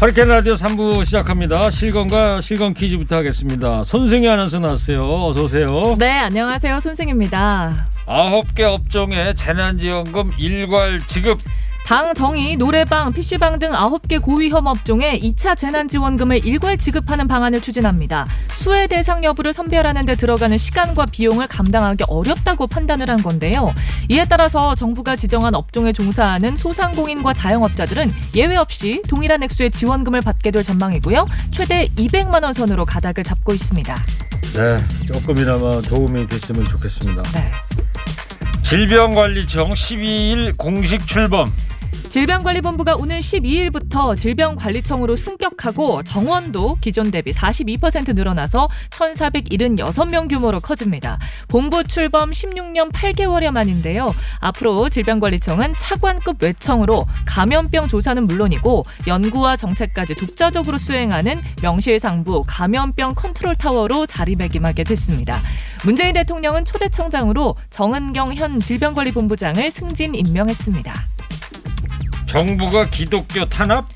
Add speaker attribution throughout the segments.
Speaker 1: 허리케인 라디오 3부 시작합니다. 실검과 실검 퀴즈부터 하겠습니다. 손승희 아나운서 나왔어요. 어서 오세요.
Speaker 2: 네, 안녕하세요. 손승입니다.
Speaker 3: 아홉 개 업종에 재난지원금 일괄 지급
Speaker 2: 당 정이 노래방, PC방 등 9개 고위험 업종에 2차 재난지원금을 일괄 지급하는 방안을 추진합니다. 수혜 대상 여부를 선별하는 데 들어가는 시간과 비용을 감당하기 어렵다고 판단을 한 건데요. 이에 따라서 정부가 지정한 업종에 종사하는 소상공인과 자영업자들은 예외 없이 동일한 액수의 지원금을 받게 될 전망이고요. 최대 200만 원 선으로 가닥을 잡고 있습니다.
Speaker 1: 네, 조금이나마 도움이 됐으면 좋겠습니다.
Speaker 2: 네.
Speaker 3: 질병관리청 12일 공식 출범
Speaker 2: 질병관리본부가 오는 12일부터 질병관리청으로 승격하고 정원도 기존 대비 42% 늘어나서 1,476명 규모로 커집니다. 본부 출범 16년 8개월여 만인데요. 앞으로 질병관리청은 차관급 외청으로 감염병 조사는 물론이고 연구와 정책까지 독자적으로 수행하는 명실상부 감염병 컨트롤 타워로 자리매김하게 됐습니다. 문재인 대통령은 초대청장으로 정은경 현 질병관리본부장을 승진 임명했습니다.
Speaker 3: 정부가 기독교 탄압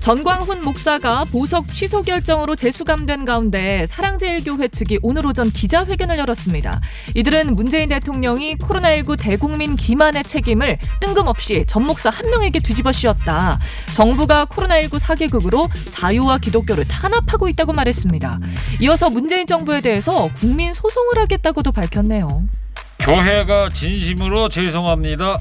Speaker 2: 전광훈 목사가 보석 취소 결정으로 재수감된 가운데 사랑제일교회 측이 오늘 오전 기자회견을 열었습니다. 이들은 문재인 대통령이 코로나19 대국민 기만의 책임을 뜬금없이 전 목사 한 명에게 뒤집어 씌웠다. 정부가 코로나19 사기극으로 자유와 기독교를 탄압하고 있다고 말했습니다. 이어서 문재인 정부에 대해서 국민 소송을 하겠다고도 밝혔네요.
Speaker 3: 교회가 진심으로 죄송합니다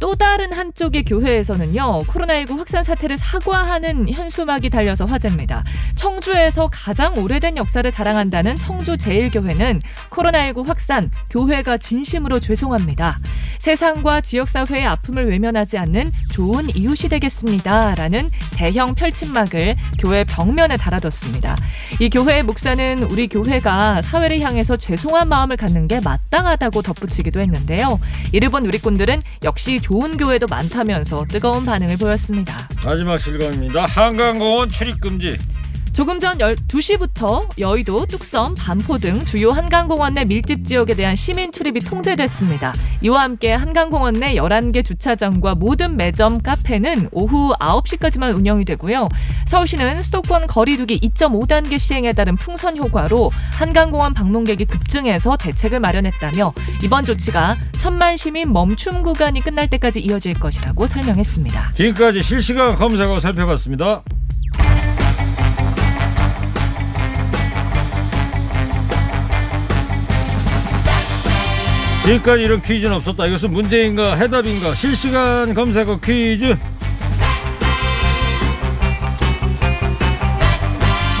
Speaker 2: 또 다른 한쪽의 교회에서는요 코로나19 확산 사태를 사과하는 현수막이 달려서 화제입니다. 청주에서 가장 오래된 역사를 자랑한다는 청주 제일교회는 코로나19 확산 교회가 진심으로 죄송합니다. 세상과 지역 사회의 아픔을 외면하지 않는 좋은 이웃이 되겠습니다라는 대형 펼침막을 교회 벽면에 달아뒀습니다. 이 교회의 목사는 우리 교회가 사회를 향해서 죄송한 마음을 갖는 게 마땅하다고 덧붙이기도 했는데요. 이를 본 우리꾼들은 역시 좋은 교회도 많다면서 뜨거운 반응을 보였습니다.
Speaker 1: 마지막
Speaker 3: 나
Speaker 1: 실검입니다.
Speaker 3: 한강공원 출입금지
Speaker 2: 조금 전 2시부터 여의도, 뚝섬, 반포 등 주요 한강공원 내 밀집 지역에 대한 시민 출입이 통제됐습니다. 이와 함께 한강공원 내 11개 주차장과 모든 매점, 카페는 오후 9시까지만 운영이 되고요. 서울시는 수도권 거리두기 2.5단계 시행에 따른 풍선 효과로 한강공원 방문객이 급증해서 대책을 마련했다며 이번 조치가 천만 시민 멈춤 구간이 끝날 때까지 이어질 것이라고 설명했습니다.
Speaker 1: 지금까지 실시간 검색어 살펴봤습니다. 지금까지 이런 퀴즈는 없었다. 이것은 문제인가 해답인가 실시간 검색어 퀴즈.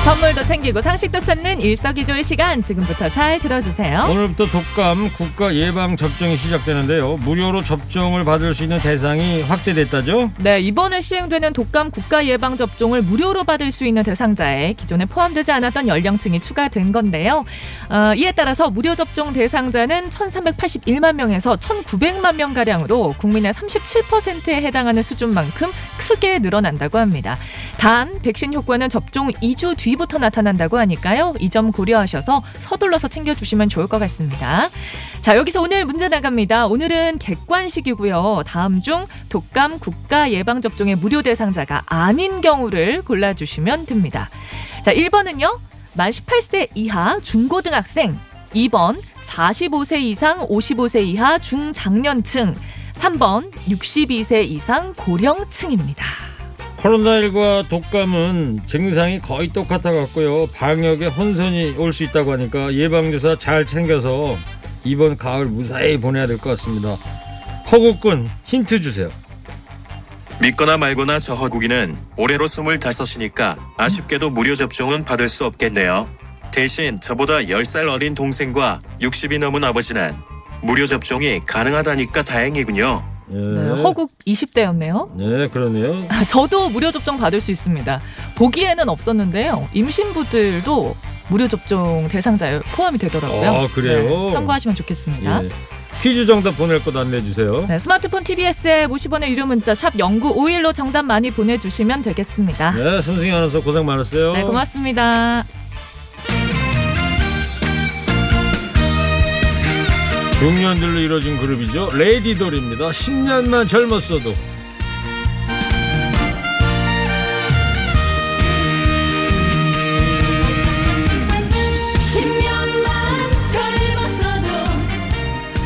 Speaker 2: 선물도 챙기고 상식도 쌓는 일석이조의 시간 지금부터 잘 들어주세요.
Speaker 1: 오늘부터 독감 국가 예방 접종이 시작되는데요. 무료로 접종을 받을 수 있는 대상이 확대됐다죠.
Speaker 2: 네, 이번에 시행되는 독감 국가 예방 접종을 무료로 받을 수 있는 대상자에 기존에 포함되지 않았던 연령층이 추가된 건데요. 어, 이에 따라서 무료 접종 대상자는 1,381만 명에서 1,900만 명 가량으로 국민의 37%에 해당하는 수준만큼 크게 늘어난다고 합니다. 단 백신 효과는 접종 2주 뒤부터 나타난다고 하니까요. 이 점 고려하셔서 서둘러서 챙겨주시면 좋을 것 같습니다. 자, 여기서 오늘 문제 나갑니다. 오늘은 객관식이고요. 다음 중 독감 국가 예방접종의 무료 대상자가 아닌 경우를 골라주시면 됩니다. 자, 1번은요. 만 18세 이하 중고등학생. 2번 45세 이상 55세 이하 중장년층. 3번 62세 이상 고령층입니다.
Speaker 1: 코로나19와 독감은 증상이 거의 똑같아 갖고요. 방역에 혼선이 올 수 있다고 하니까 예방주사 잘 챙겨서 이번 가을 무사히 보내야 될 것 같습니다. 허구꾼 힌트 주세요.
Speaker 4: 믿거나 말거나 저 허구기는 올해로 25이니까 아쉽게도 무료 접종은 받을 수 없겠네요. 대신 저보다 10살 어린 동생과 60이 넘은 아버지는 무료 접종이 가능하다니까 다행이군요.
Speaker 1: 예.
Speaker 2: 네, 허국 20대였네요.
Speaker 1: 네, 그러네요.
Speaker 2: 저도 무료 접종 받을 수 있습니다. 보기에는 없었는데요. 임신부들도 무료 접종 대상자에 포함이 되더라고요.
Speaker 1: 아, 그래요?
Speaker 2: 네, 참고하시면 좋겠습니다.
Speaker 1: 예. 퀴즈 정답 보낼 곳 안내해 주세요.
Speaker 2: 네, 스마트폰 TBS에 50원의 유료 문자 샵 0951로 정답 많이 보내주시면 되겠습니다. 네,
Speaker 1: 네, 손승희 아나운서 고생 많았어요.
Speaker 2: 고맙습니다.
Speaker 1: 중년들로 이루어진 그룹이죠. 레이디돌입니다. 10년만 젊었어도.
Speaker 5: 십년만 젊었어도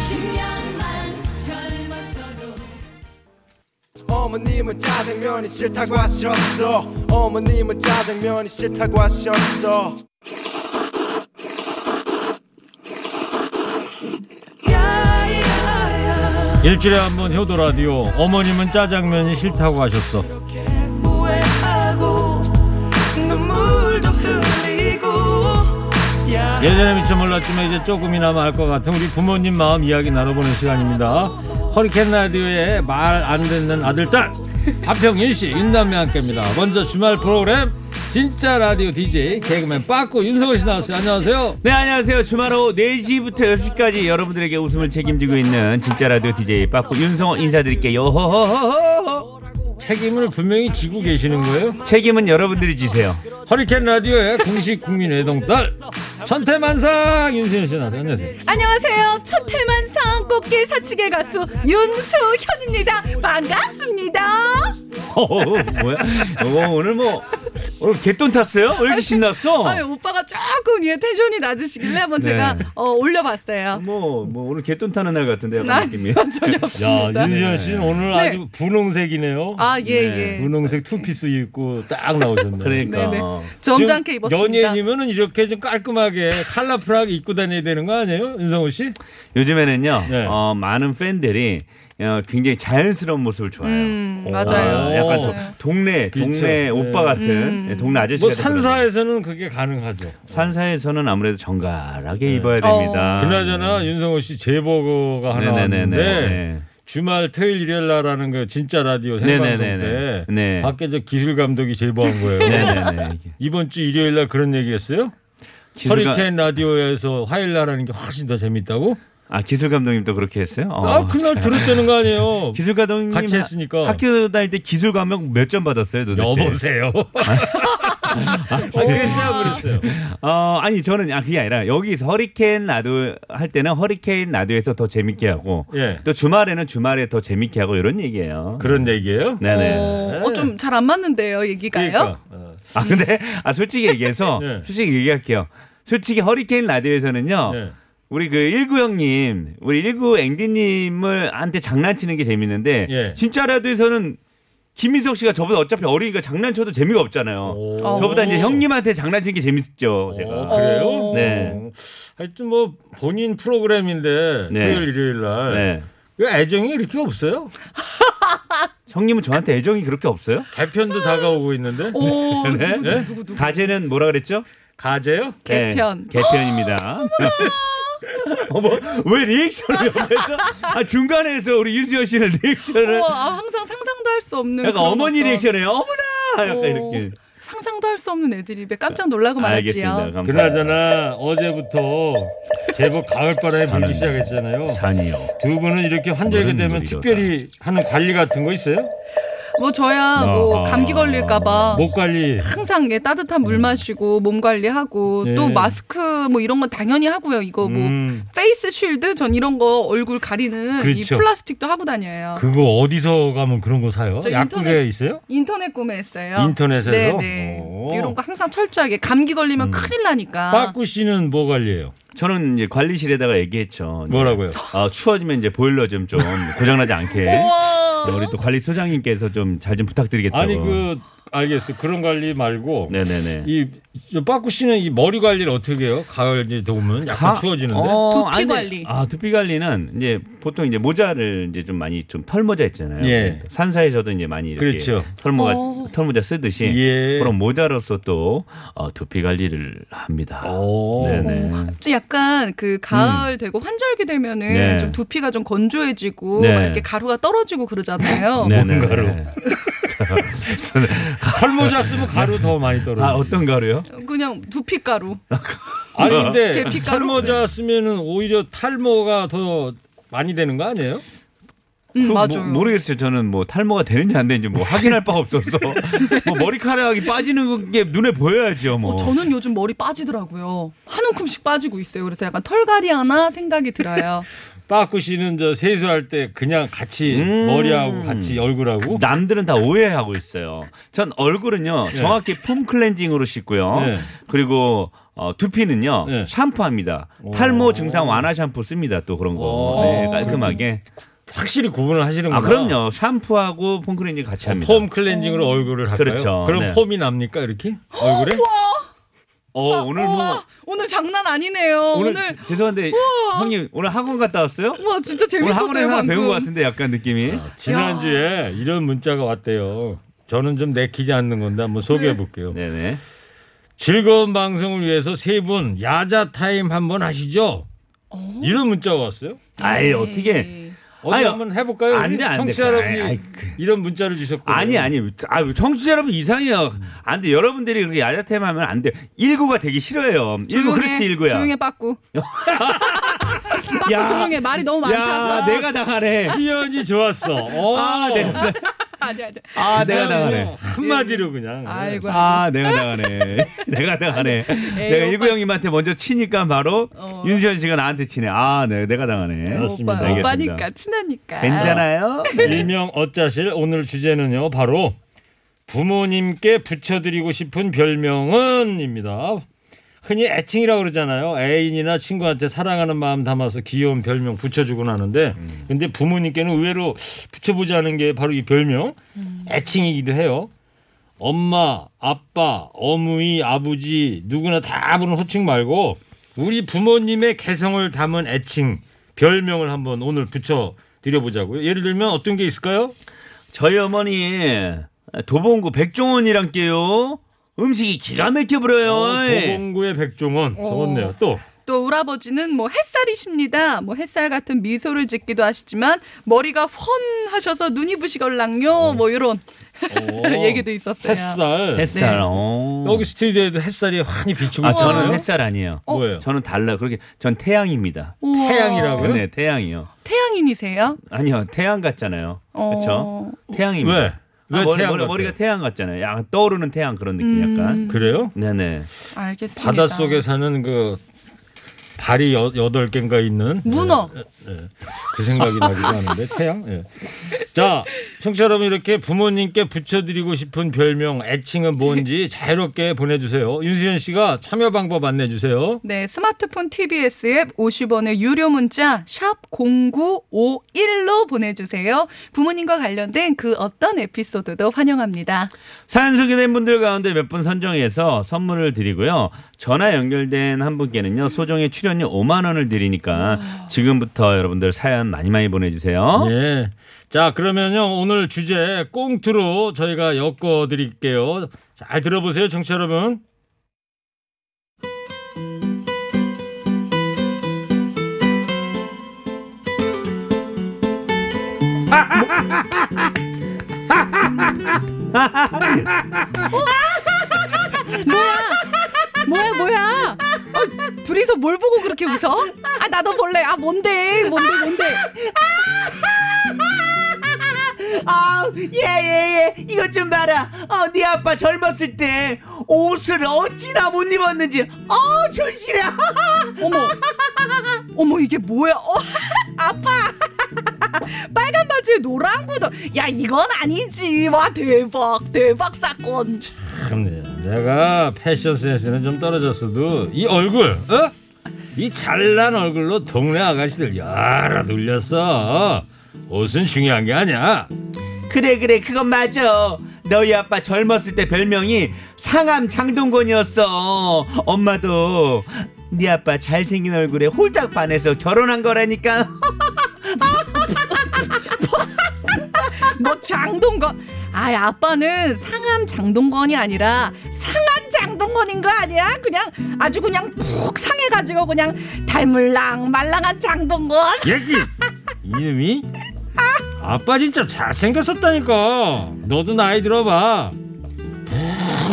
Speaker 5: 십년만 젊었어도
Speaker 6: 어머님은 짜장면이 싫다고 하셨어 어머님은 짜장면이 싫다고 하셨어
Speaker 1: 일주일에 한 번 효도 라디오. 어머님은 짜장면이 싫다고 하셨어.
Speaker 7: 후회하고 눈물도 흘리고 야
Speaker 1: 예전에 미처 몰랐지만 이제 조금이나마 알 것 같은 우리 부모님 마음 이야기 나눠보는 시간입니다. 허리케인 라디오의 말 안 듣는 아들, 딸. 하평일 씨, 윤남매 함께입니다. 먼저 주말 프로그램 진짜 라디오 DJ 개그맨 빠꾸 윤석열 씨 나왔어요. 안녕하세요.
Speaker 8: 네 안녕하세요 주말 오후 4시부터 6시까지 여러분들에게 웃음을 책임지고 있는 진짜 라디오 DJ 빠꾸 윤성호 인사드릴게요 호호호호호.
Speaker 1: 책임을 분명히 지고 계시는 거예요?
Speaker 8: 책임은 여러분들이 지세요
Speaker 1: 허리케인 라디오의 공식 국민 외동딸 천태만상 윤수현 씨 나와서 안녕하세요.
Speaker 7: 안녕하세요 천태만상 꽃길 사축의 가수 윤수현입니다 반갑습니다
Speaker 8: 호호호, 뭐야 어, 오늘 뭐 오늘 개똥 탔어요? 왜 이렇게 신났어?
Speaker 7: 아유 오빠가 조금 예 텐션이 낮으시길래 한번
Speaker 8: 네.
Speaker 7: 제가 어, 올려봤어요
Speaker 8: 뭐, 뭐 오늘 개똥 타는 날 같은데 약간
Speaker 7: 아,
Speaker 8: 느낌이
Speaker 7: 전혀 없습니다
Speaker 1: 윤수현 씨는 오늘
Speaker 7: 네.
Speaker 1: 아주 분홍색이네요.
Speaker 7: 아예예
Speaker 1: 분홍색 투피스 입고 딱 나오셨네요.
Speaker 8: 그러니까
Speaker 7: 네네. 점잖게
Speaker 1: 지금
Speaker 7: 입었습니다
Speaker 1: 연예인이면은 이렇게 좀 깔끔하게 컬러풀하게 입고 다녀야 되는 거 아니에요, 윤성호 씨?
Speaker 8: 요즘에는요
Speaker 1: 네.
Speaker 8: 어, 많은 팬들이 어, 굉장히 자연스러운 모습을 좋아해요
Speaker 7: 음
Speaker 8: 아,
Speaker 7: 맞아요
Speaker 8: 약간 도-
Speaker 7: 맞아요.
Speaker 8: 동네
Speaker 1: 그렇죠.
Speaker 8: 동네
Speaker 1: 네.
Speaker 8: 오빠 같은
Speaker 7: 음.
Speaker 8: 네, 동네 아저씨
Speaker 1: 뭐
Speaker 8: 같은
Speaker 1: 산사에서는 그게 가능하죠.
Speaker 8: 그런. 산사에서는 아무래도 정갈하게 입어야
Speaker 1: 아,
Speaker 8: 됩니다.
Speaker 1: 그나저나 윤성호 씨 제보가 하나
Speaker 8: 네네네네.
Speaker 1: 왔는데
Speaker 8: 네.
Speaker 1: 주말 토요일 일요일 날하는 그 진짜 라디오 생방송
Speaker 8: 네네네네.
Speaker 1: 때
Speaker 8: 네.
Speaker 1: 밖에 저 기술 감독이 제보한 거예요.
Speaker 8: 네네네.
Speaker 1: 이번 주 일요일 날 그런 얘기했어요?
Speaker 8: 기술 감-
Speaker 1: 허리케인 라디오에서 화요일 날 하는 게 훨씬 더 재밌다고?
Speaker 8: 아 기술 감독님도 그렇게 했어요? 어,
Speaker 1: 아 그날
Speaker 8: 참.
Speaker 1: 들었다는 거 아니에요?
Speaker 8: 기술 감독님
Speaker 1: 같이
Speaker 8: 하-
Speaker 1: 했으니까.
Speaker 8: 학교 다닐 때 기술 감독 몇 점 받았어요 도대체? 네.
Speaker 1: 여보세요.
Speaker 8: 그
Speaker 1: 그랬어요, 그렇죠. 그랬어요.
Speaker 8: 어 아니 저는 아 그게 아니라 여기서 허리케인 라디오 할 때는 허리케인 라디오에서 더 재밌게 하고
Speaker 1: 예.
Speaker 8: 또 주말에는 주말에 더 재밌게 하고 이런 얘기예요.
Speaker 1: 그런 얘기예요?
Speaker 8: 네네.
Speaker 7: 어좀 잘 안 맞는데요 얘기가요
Speaker 1: 그러니까 어,
Speaker 8: 아 근데 아 솔직히 얘기해서
Speaker 1: 네.
Speaker 8: 솔직히 얘기할게요. 솔직히 허리케인 라디오에서는요.
Speaker 1: 네.
Speaker 8: 우리 그 19 형님, 우리 19 앵디님을 한테 장난치는 게 재밌는데
Speaker 1: 예.
Speaker 8: 진짜 라디오에서는 김민석 씨가 저보다 어차피 어리니까 장난쳐도 재미가 없잖아요.
Speaker 1: 오.
Speaker 8: 어. 저보다 이제 형님한테 장난치는 게 재밌죠. 제가.
Speaker 1: 어, 그래요?
Speaker 8: 네.
Speaker 1: 어, 하여튼 뭐 본인 프로그램인데
Speaker 8: 네.
Speaker 1: 토요일 일요일 날
Speaker 8: 네.
Speaker 1: 왜 애정이 이렇게 없어요?
Speaker 8: 형님은 저한테 애정이 그렇게 없어요?
Speaker 1: 개편도 다가오고 있는데
Speaker 7: 오 어, 누구
Speaker 1: 네?
Speaker 7: 누구 누구 누구
Speaker 8: 가제는 뭐라 그랬죠?
Speaker 1: 가재요?
Speaker 8: 네,
Speaker 7: 개편. 어,
Speaker 8: 개편입니다. 어머, 왜 리액션을 옆에서? 아, 중간에서 우리 유지현 씨는 리액션을.
Speaker 7: 우와, 아, 항상 상상도 할 수 없는
Speaker 8: 약간
Speaker 7: 그런
Speaker 8: 어머니
Speaker 7: 어떤-
Speaker 8: 리액션이에요. 어머나! 약간
Speaker 7: 어,
Speaker 8: 이렇게. 아,
Speaker 7: 상상도 할 수 없는 애드립에 깜짝 놀라고
Speaker 8: 알겠습니다.
Speaker 7: 말았지요.
Speaker 8: 감사합니다.
Speaker 1: 그나저나 어제부터 제법 가을바람이 불기 시작했잖아요.
Speaker 8: 산이요.
Speaker 1: 두 분은 이렇게 환절기
Speaker 8: 오늘은
Speaker 1: 되면
Speaker 8: 물이
Speaker 1: 특별히 하는 관리 같은 거 있어요?
Speaker 7: 뭐
Speaker 8: 아,
Speaker 7: 저야 뭐 감기 걸릴까봐
Speaker 8: 뭐?
Speaker 1: 목 관리.
Speaker 7: 항상 예, 따뜻한
Speaker 8: 음.
Speaker 7: 물 마시고 몸 관리하고
Speaker 1: 예.
Speaker 7: 또 마스크 뭐 이런 건 당연히 하고요. 이거 뭐
Speaker 1: 음.
Speaker 7: 페이스 쉴드 전 이런 거 얼굴 가리는
Speaker 1: 그렇죠.
Speaker 7: 이 플라스틱도 하고 다녀요.
Speaker 1: 그거 어디서 가면 그런 거 사요?
Speaker 7: 저
Speaker 1: 약국에
Speaker 7: 인터넷-
Speaker 1: 있어요?
Speaker 7: 인터넷 구매했어요.
Speaker 1: 인터넷에서?
Speaker 7: 네네.
Speaker 1: 오.
Speaker 7: 이런 거 항상 철저하게 감기
Speaker 8: 음.
Speaker 7: 걸리면 큰일 나니까.
Speaker 8: 아, 그-
Speaker 1: 빠꾸 씨는 뭐 관리해요?
Speaker 8: 저는 이제 관리실에다가 얘기했죠.
Speaker 1: 뭐라고요?
Speaker 8: 아, 추워지면 이제 보일러 좀 좀 고장나지 않게. 네,
Speaker 7: 우와.
Speaker 8: 우리 또 관리 소장님께서 좀 잘 좀 부탁드리겠다고.
Speaker 1: 아니 그 알겠어요. 그런 관리 말고
Speaker 8: 네네네.
Speaker 1: 이저 빠꾸 씨는 이 머리 관리를 어떻게 해요? 가을이 되면 약간
Speaker 8: 가-
Speaker 1: 추워지는데.
Speaker 8: 어,
Speaker 7: 두피
Speaker 8: 안 돼.
Speaker 7: 관리.
Speaker 8: 아 두피 관리는 이제 보통 이제 모자를 이제 좀 많이 좀 털모자 있잖아요.
Speaker 1: 예.
Speaker 8: 산사에서도 이제 많이 이렇게
Speaker 1: 그렇죠.
Speaker 8: 털모가
Speaker 7: 오.
Speaker 8: 털모자 쓰듯이
Speaker 1: 예.
Speaker 8: 그런 모자로서 또 어, 두피 관리를 합니다.
Speaker 1: 오.
Speaker 8: 네네.
Speaker 7: 좀 약간 그 가을 되고 환절기 되면은
Speaker 8: 음. 네.
Speaker 7: 좀 두피가 좀 건조해지고
Speaker 8: 네.
Speaker 7: 막 이렇게 가루가 떨어지고 그러잖아요.
Speaker 8: 네네네.
Speaker 1: 가루? 털모자 쓰면 가루 더 많이 떨어져.
Speaker 8: 아 어떤 가루요?
Speaker 7: 그냥 두피 가루.
Speaker 1: 아니 근데
Speaker 7: 계피 가루?
Speaker 1: 털모자 쓰면은 오히려 탈모가 더 많이 되는 거 아니에요?
Speaker 7: 음,
Speaker 8: 그
Speaker 7: 맞아요. 네.
Speaker 8: 모, 모르겠어요. 저는 뭐 탈모가 되는지 안 되는지 뭐 확인할 바가 없어서 뭐 머리카락이 빠지는 게 눈에 보여야죠. 뭐.
Speaker 7: 어, 저는 요즘 머리 빠지더라고요. 한 움큼씩 빠지고 있어요. 그래서 약간 털갈이 하나 생각이 들어요.
Speaker 1: 빠꾸 씨는 저 세수할 때 그냥 같이
Speaker 8: 음. 그
Speaker 1: 머리하고 같이 얼굴하고.
Speaker 8: 남들은 다 오해하고 있어요. 전
Speaker 7: 네.
Speaker 8: 얼굴은요 정확히 폼 클렌징으로 씻고요.
Speaker 1: 네.
Speaker 8: 그리고 어, 두피는요
Speaker 1: 네.
Speaker 8: 샴푸합니다. 탈모 증상 완화 샴푸 씁니다. 또 그런 거
Speaker 1: 오.
Speaker 8: 네, 깔끔하게.
Speaker 1: 확실히 구분을
Speaker 7: 어,
Speaker 1: 하시는구나.
Speaker 8: 아 그럼요 샴푸하고 폼 클렌징 같이 합니다.
Speaker 1: 폼 클렌징으로 얼굴을 할까요?
Speaker 8: 그렇죠.
Speaker 1: 그럼
Speaker 8: 네.
Speaker 1: 폼이 납니까 이렇게 얼굴에?
Speaker 8: 어, 오늘 뭐
Speaker 7: 우와, 오늘 장난 아니네요.
Speaker 8: 오늘,
Speaker 7: 오늘,
Speaker 8: 지- 죄송한데 형님 오늘 학원 갔다 왔어요?
Speaker 7: 와 진짜
Speaker 8: 오늘 학원에
Speaker 7: 재밌었어요
Speaker 8: 하나
Speaker 7: 방금. 아.
Speaker 8: 배운 것 같은데 약간 느낌이.
Speaker 1: 지난주에 이런 문자가 왔대요. 저는 좀 내키지 않는 건데 한번 소개해 볼게요.
Speaker 8: 네네.
Speaker 1: 즐거운 방송을 위해서 세 분 야자 타임 한번 하시죠. 이런 문자가 왔어요.
Speaker 7: 네.
Speaker 8: 아이 어떻게?
Speaker 1: 어디
Speaker 8: 아니,
Speaker 1: 한번 해볼까요?
Speaker 8: 안 돼, 안 돼.
Speaker 1: 청취자 여러분이
Speaker 8: 아이, 아이, 그-
Speaker 1: 이런 문자를 주셨고
Speaker 8: 아니 아니 아 청취자 여러분 이상해요. 안 돼. 여러분들이 그렇게 야자템 하면 안 돼. 일구가 되기 싫어요. 일구 그렇지 일구야.
Speaker 7: 조용해 빠꾸. 빠꾸
Speaker 8: 야.
Speaker 7: 조용해 말이 너무 많다. 어.
Speaker 8: 야 내가 당하네.
Speaker 1: 시연이 좋았어. 어,
Speaker 8: 아 내가
Speaker 7: 아니 아니.
Speaker 8: 아 내가 당하네.
Speaker 1: 한마디로 그냥.
Speaker 7: 아이고.
Speaker 8: 아 내가 당하네. 내가 당하네. 내가 일구 형님한테 먼저 치니까 바로
Speaker 7: 어.
Speaker 8: 윤수현 씨가 나한테 치네. 아 네, 내가 당하네.
Speaker 1: 그렇습니다.
Speaker 7: 오빠,
Speaker 8: 알겠습니다.
Speaker 7: 오빠니까 친하니까.
Speaker 8: 괜찮아요?
Speaker 1: 일명 어짜실 오늘 주제는요 바로 부모님께 붙여드리고 싶은 별명은입니다. 흔히 애칭이라고 그러잖아요. 애인이나 친구한테 사랑하는 마음 담아서 귀여운 별명 붙여주곤 하는데
Speaker 8: 음.
Speaker 1: 근데 부모님께는 의외로 붙여보지 않은 게 바로 이 별명 애칭이기도 해요. 엄마, 아빠, 어머니, 아버지 누구나 다 부르는 호칭 말고 우리 부모님의 개성을 담은 애칭 별명을 한번 오늘 붙여 드려보자고요. 예를 들면 어떤 게 있을까요?
Speaker 8: 저희 어머니 도봉구 백종원이랑 깨요. 음식이 기가
Speaker 7: 어,
Speaker 8: 막혀 버려요.
Speaker 1: 어, 도봉구의 백종원 적었네요. 또
Speaker 7: 또 우라버지는 뭐 햇살이십니다. 뭐 햇살 같은 미소를 짓기도 하시지만 머리가 훤하셔서 눈이 부시걸랑요. 뭐 이런 얘기도 있었어요.
Speaker 1: 햇살.
Speaker 8: 어. 햇살.
Speaker 7: 네.
Speaker 8: 어.
Speaker 1: 여기 스튜디오에도 햇살이 환히 비치고
Speaker 8: 아
Speaker 1: 있잖아요. 어?
Speaker 8: 저는 햇살 아니에요.
Speaker 1: 뭐예요?
Speaker 8: 저는 달라. 그렇게 전 태양입니다.
Speaker 7: 우와.
Speaker 1: 태양이라고요?
Speaker 8: 네, 태양이요.
Speaker 7: 태양인이세요?
Speaker 8: 아니요, 태양 같잖아요.
Speaker 7: 어.
Speaker 8: 그렇죠? 태양입니다.
Speaker 1: 왜? 왜
Speaker 8: 아, 머리,
Speaker 1: 태양
Speaker 8: 머리,
Speaker 1: 같아요? 음.
Speaker 8: 머리가 태양 같잖아요. 약간 떠오르는 태양 그런 느낌 약간.
Speaker 1: 그래요?
Speaker 8: 네네.
Speaker 7: 알겠습니다.
Speaker 1: 바닷 속에 사는 그 발이 여, 여덟 개인가 있는
Speaker 7: 문어.
Speaker 1: 그 생각이 나기도 하는데 태양. 예. 자, 청취자 여러분 이렇게 부모님께 붙여드리고 싶은 별명, 애칭은 뭔지 자유롭게 보내주세요. 윤수현 씨가 참여 방법 안내해 주세요.
Speaker 7: 네, 스마트폰 TBS 앱 50원의 유료 문자 샵 0951로 보내주세요. 부모님과 관련된 그 어떤 에피소드도 환영합니다.
Speaker 8: 사연 소개된 분들 가운데 몇 분 선정해서 선물을 드리고요. 전화 연결된 한 분께는요. 소정의 출연료 5만 원을 드리니까 지금부터 여러분들 사연 많이 많이 보내주세요.
Speaker 1: 예. 자, 그러면요 오늘 주제 꽁트로 저희가 엮어 드릴게요. 잘 들어보세요, 청취자 여러분.
Speaker 7: 뭐야 뭐야? 어, 둘이서 뭘 보고 그렇게 웃어? 아 나도 볼래. 아 뭔데 뭔데 뭔데?
Speaker 9: 아우 예예예 이것 좀 봐라 어네 아빠 젊었을 때 옷을 어찌나 못 입었는지 어 존실해
Speaker 7: 어머 어머 이게 뭐야? 어, 아빠 빨간 바지에 노란 구두. 야 이건 아니지. 와 대박 대박 사건.
Speaker 1: 그럼요. 예. 내가 패션 센스는 좀 떨어졌어도 이 얼굴, 어? 이 잘난 얼굴로 동네 아가씨들 여러 놀렸어. 옷은 중요한 게 아니야.
Speaker 9: 그래 그래 그건 맞아 너희 아빠 젊었을 때 별명이 상암 장동건이었어. 엄마도 네 아빠 잘생긴 얼굴에 홀딱 반해서 결혼한 거라니까.
Speaker 7: 뭐 장동건. 아, 아빠는 상암 장동건이 아니라 상한 장동건인 거 아니야? 그냥 아주 그냥 푹 상해가지고 그냥 닮을랑 말랑한 장동건.
Speaker 1: 얘기 이놈이 아빠 진짜 잘생겼었다니까 너도 나이 들어봐 푹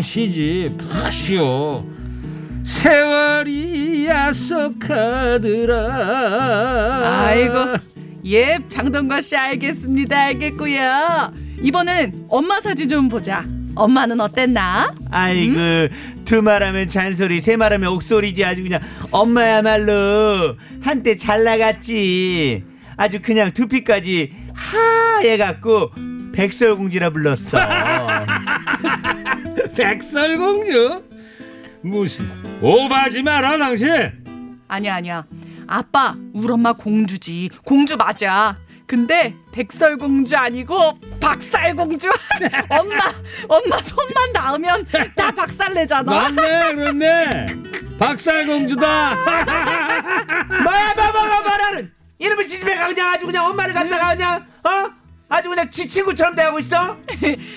Speaker 1: 쉬지 푹 쉬어 세월이 약속하더라
Speaker 7: 아이고, 예, 장동건 씨 알겠습니다. 알겠고요. 이번엔 엄마 사진 좀 보자. 엄마는 어땠나?
Speaker 9: 아이고 그, 두 말하면 잔소리 세 말하면 옥소리지 아주 그냥 엄마야말로 한때 잘 나갔지 아주 그냥 두피까지 하얘 갖고 백설공주라 불렀어
Speaker 1: 백설공주 무슨 오바지 마라 당신
Speaker 7: 아니야, 아니야. 아빠, 우리 엄마 공주지. 공주 맞아. 근데 백설공주 아니고 박살공주. 엄마, 엄마 손만 닿으면 다 박살내잖아.
Speaker 1: 맞네 그렇네 박살공주다
Speaker 9: 뭐야 뭐뭐뭐 뭐라는 이놈의 지지배가 그냥 아주 그냥 엄마를 갖다가 그냥 어? 아주 그냥 지 친구처럼 대하고 있어?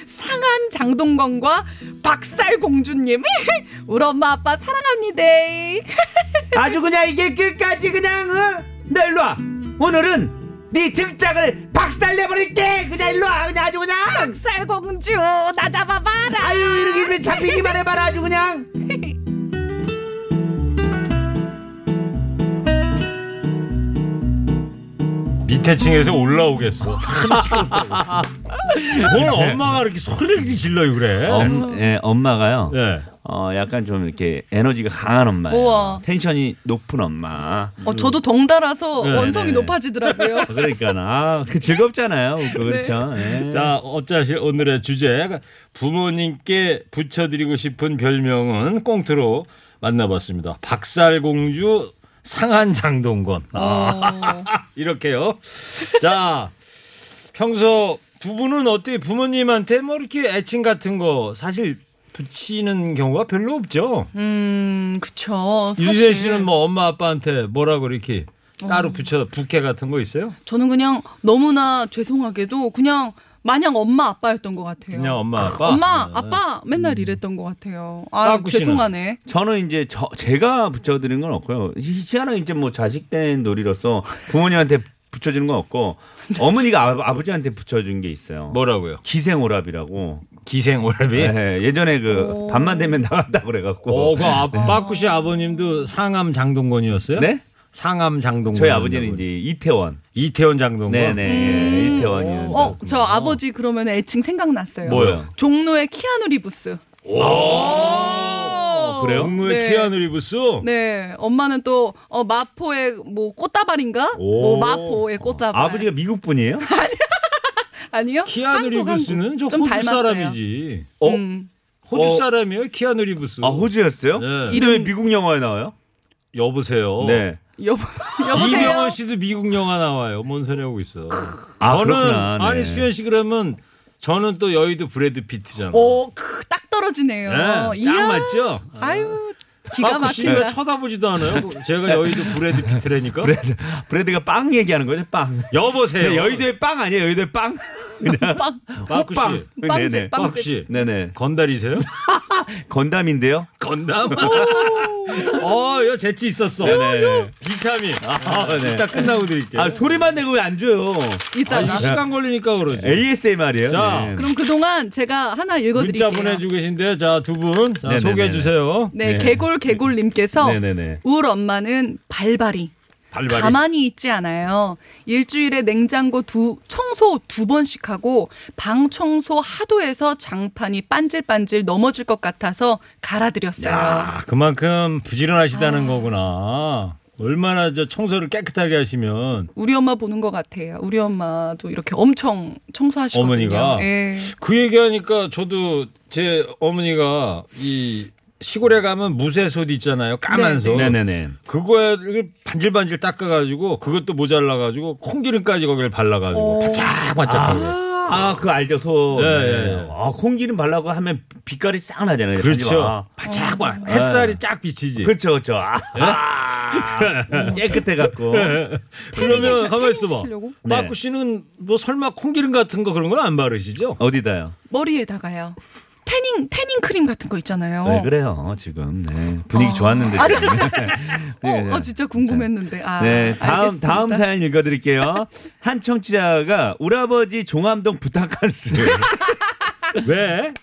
Speaker 7: 상한 장동건과 박살공주님. 우리 엄마 아빠 사랑합니다.
Speaker 9: 아주 그냥 이게 끝까지 그냥 어? 너 일로 와 오늘은 네 등짝을 박살내버릴게 그냥 일로 와 그냥 아주 그냥
Speaker 7: 박살공주, 나 잡아봐라.
Speaker 9: 아유 이렇게 입에 잡히기만 해봐라 아주 그냥
Speaker 1: 밑에 층에서 올라오겠어 네. 하도 시끄럽다고 뭘 엄마가 이렇게 소리를 이렇게 질러요 그래
Speaker 8: 엄, 예, 엄마가요.
Speaker 1: 예.
Speaker 8: 어, 약간 좀 이렇게 에너지가 강한 엄마.
Speaker 7: 우와.
Speaker 8: 텐션이 높은 엄마.
Speaker 7: 어, 저도 덩달아서
Speaker 8: 네,
Speaker 7: 원성이
Speaker 8: 네.
Speaker 7: 높아지더라고요.
Speaker 8: 그러니까 나 아, 그
Speaker 7: 네.
Speaker 8: 즐겁잖아요. 그렇죠. 예.
Speaker 1: 자, 어차피 오늘의 주제 부모님께 붙여드리고 싶은 별명은 꽁트로 만나봤습니다. 박살공주 상한 장동건 아, 이렇게요. 자, 평소 두 분은 어떻게 부모님한테 뭐 이렇게 애칭 같은 거 사실 붙이는 경우가 별로 없죠.
Speaker 7: 음, 그쵸. 사실.
Speaker 1: 유재 씨는 뭐 엄마 아빠한테 뭐라고 이렇게 따로 붙여 부캐 같은 거 있어요?
Speaker 7: 저는 그냥 너무나 죄송하게도 그냥 마냥 엄마 아빠였던 것 같아요.
Speaker 1: 그냥 엄마 네. 음. 아빠.
Speaker 7: 엄마 아빠 맨날 이랬던 것 같아요. 아
Speaker 8: 빠꾸 씨는?
Speaker 7: 죄송하네.
Speaker 8: 저는 이제 저 제가 붙여드린 건 없고요. 희- 희한하게 이제 뭐 자식된 놀이로서 부모님한테 붙여주는 건 없고 어머니가 아, 버지한테 붙여준 게 있어요.
Speaker 1: 뭐라고요?
Speaker 8: 기생오랍이라고.
Speaker 1: 기생오랍이?
Speaker 8: 예, 예전에 그 밤만 되면 나간다 그래갖고.
Speaker 1: 어, 그 아,
Speaker 7: 네.
Speaker 1: 빠꾸씨 아버님도 상암 장동건이었어요?
Speaker 8: 네?
Speaker 1: 상암 장동건.
Speaker 8: 저희 음, 아버지는 이제 이태원.
Speaker 1: 이태원 장동건. 음.
Speaker 8: 네네. 예, 이태원이요.
Speaker 7: 어 저 아버지 그러면 애칭 생각났어요.
Speaker 1: 뭐요?
Speaker 7: 종로의 키아누 리브스.
Speaker 1: 그래요? 정무의
Speaker 7: 네.
Speaker 1: 키아누 리브스?
Speaker 7: 네 엄마는 또 어, 마포의 뭐 꽃다발인가?
Speaker 1: 오.
Speaker 7: 뭐 마포의 꽃다발.
Speaker 8: 아버지가 미국 분이에요?
Speaker 7: 아니요?
Speaker 1: 키아누
Speaker 7: 한국,
Speaker 1: 리브스는
Speaker 7: 한국.
Speaker 1: 저
Speaker 7: 좀
Speaker 1: 호주
Speaker 7: 닮았어요.
Speaker 1: 사람이지.
Speaker 8: 어?
Speaker 7: 음.
Speaker 1: 호주
Speaker 8: 어.
Speaker 1: 사람이에요, 키아누 리브스.
Speaker 8: 아 호주였어요?
Speaker 1: 네. 어.
Speaker 8: 근데 왜 미국 영화에 나와요?
Speaker 1: 여보세요.
Speaker 8: 네.
Speaker 7: 여보 여보세요.
Speaker 1: 이명원 씨도 미국 영화 나와요. 뭔 소리 하고 있어.
Speaker 8: 아
Speaker 1: 저는
Speaker 8: 그렇구나. 네.
Speaker 1: 아니 수현 씨 그러면 저는 또 여의도 브래드 피트잖아.
Speaker 7: 오딱 떨어지네요.
Speaker 1: 네, 딱
Speaker 7: 이야.
Speaker 1: 맞죠?
Speaker 7: 아유 네, 기가
Speaker 1: 빠꾸 씨가
Speaker 7: 막히다.
Speaker 1: 쳐다보지도 않아요. 제가 여의도 브래드 피트라니까.
Speaker 8: 브레드 브레드가 빵 얘기하는 거죠? 빵.
Speaker 1: 여보세요.
Speaker 8: 네, 여의도의 빵 아니에요? 여의도의 빵? 그냥
Speaker 7: 빵
Speaker 1: 빠꾸 씨.
Speaker 8: 호빵.
Speaker 7: 빵집,
Speaker 8: 네네.
Speaker 7: 빵집.
Speaker 1: 빠꾸 씨.
Speaker 8: 네네.
Speaker 1: 건달이세요?
Speaker 8: 건담인데요.
Speaker 1: 건담? 어, 여 재치 있었어.
Speaker 8: 네네.
Speaker 1: 비타민. 아,
Speaker 8: 아, 네.
Speaker 1: 이따 끝나고 드릴게요. 아,
Speaker 8: 아 소리만 내고 왜 안 줘요?
Speaker 7: 이따가.
Speaker 1: 시간 걸리니까 그러지.
Speaker 8: 네. ASMR이에요.
Speaker 1: 네. 자,
Speaker 7: 그럼 그동안 제가 하나 읽어드릴게요.
Speaker 1: 문자 보내주고 계신데, 자, 두 분. 자,
Speaker 8: 네네네네.
Speaker 1: 소개해주세요.
Speaker 7: 네,
Speaker 8: 네.
Speaker 7: 개골 개골님께서
Speaker 8: 네네네.
Speaker 7: 울 엄마는 발발이.
Speaker 1: 발발이.
Speaker 7: 가만히 있지 않아요. 일주일에 냉장고 두 청소 두 번씩 하고 방 청소 하도해서 장판이 반질반질 넘어질 것 같아서 갈아드렸어요. 아.
Speaker 1: 아, 그만큼 부지런하시다는 거구나. 얼마나 저 청소를 깨끗하게 하시면
Speaker 7: 우리 엄마 보는 것 같아요. 우리 엄마도 이렇게 엄청 청소하시거든요.
Speaker 1: 어머니가?
Speaker 7: 예.
Speaker 1: 그 얘기하니까 저도 제 어머니가 이 시골에 가면 무쇠솥 있잖아요. 까만
Speaker 7: 네,
Speaker 1: 솥.
Speaker 8: 네네네.
Speaker 1: 그거를 반질반질 닦아가지고 그것도 모자라가지고 콩기름까지 거기를 발라가지고 반짝반짝하게
Speaker 8: 아, 그 알죠, 소.
Speaker 1: 예, 예,
Speaker 8: 아, 콩기름 발라고 하면 빛깔이 싹 나잖아요.
Speaker 1: 그렇죠.
Speaker 8: 바짝
Speaker 1: 햇살이 쫙 비치지.
Speaker 8: 그렇죠, 그렇죠. 아,
Speaker 1: 네?
Speaker 8: 깨끗해 갖고.
Speaker 1: 그러면 가만 있어봐.
Speaker 7: 시키려고?
Speaker 8: 네.
Speaker 1: 마쿠 씨는 뭐 설마 콩기름 같은 거 그런 건 안 바르시죠?
Speaker 8: 어디다요?
Speaker 7: 머리에다가요. 태닝 태닝 크림 같은 거 있잖아요.
Speaker 8: 왜 네, 그래요, 지금. 네.
Speaker 1: 아.
Speaker 8: 분위기 좋았는데.
Speaker 7: 아니,
Speaker 8: 지금. 네, 네.
Speaker 7: 어, 어, 진짜 궁금했는데. 아,
Speaker 8: 네, 다음
Speaker 7: 알겠습니다.
Speaker 8: 다음 사연 읽어드릴게요. 한 청취자가 우리 아버지 종암동 부탁한스
Speaker 7: 네.
Speaker 8: 왜?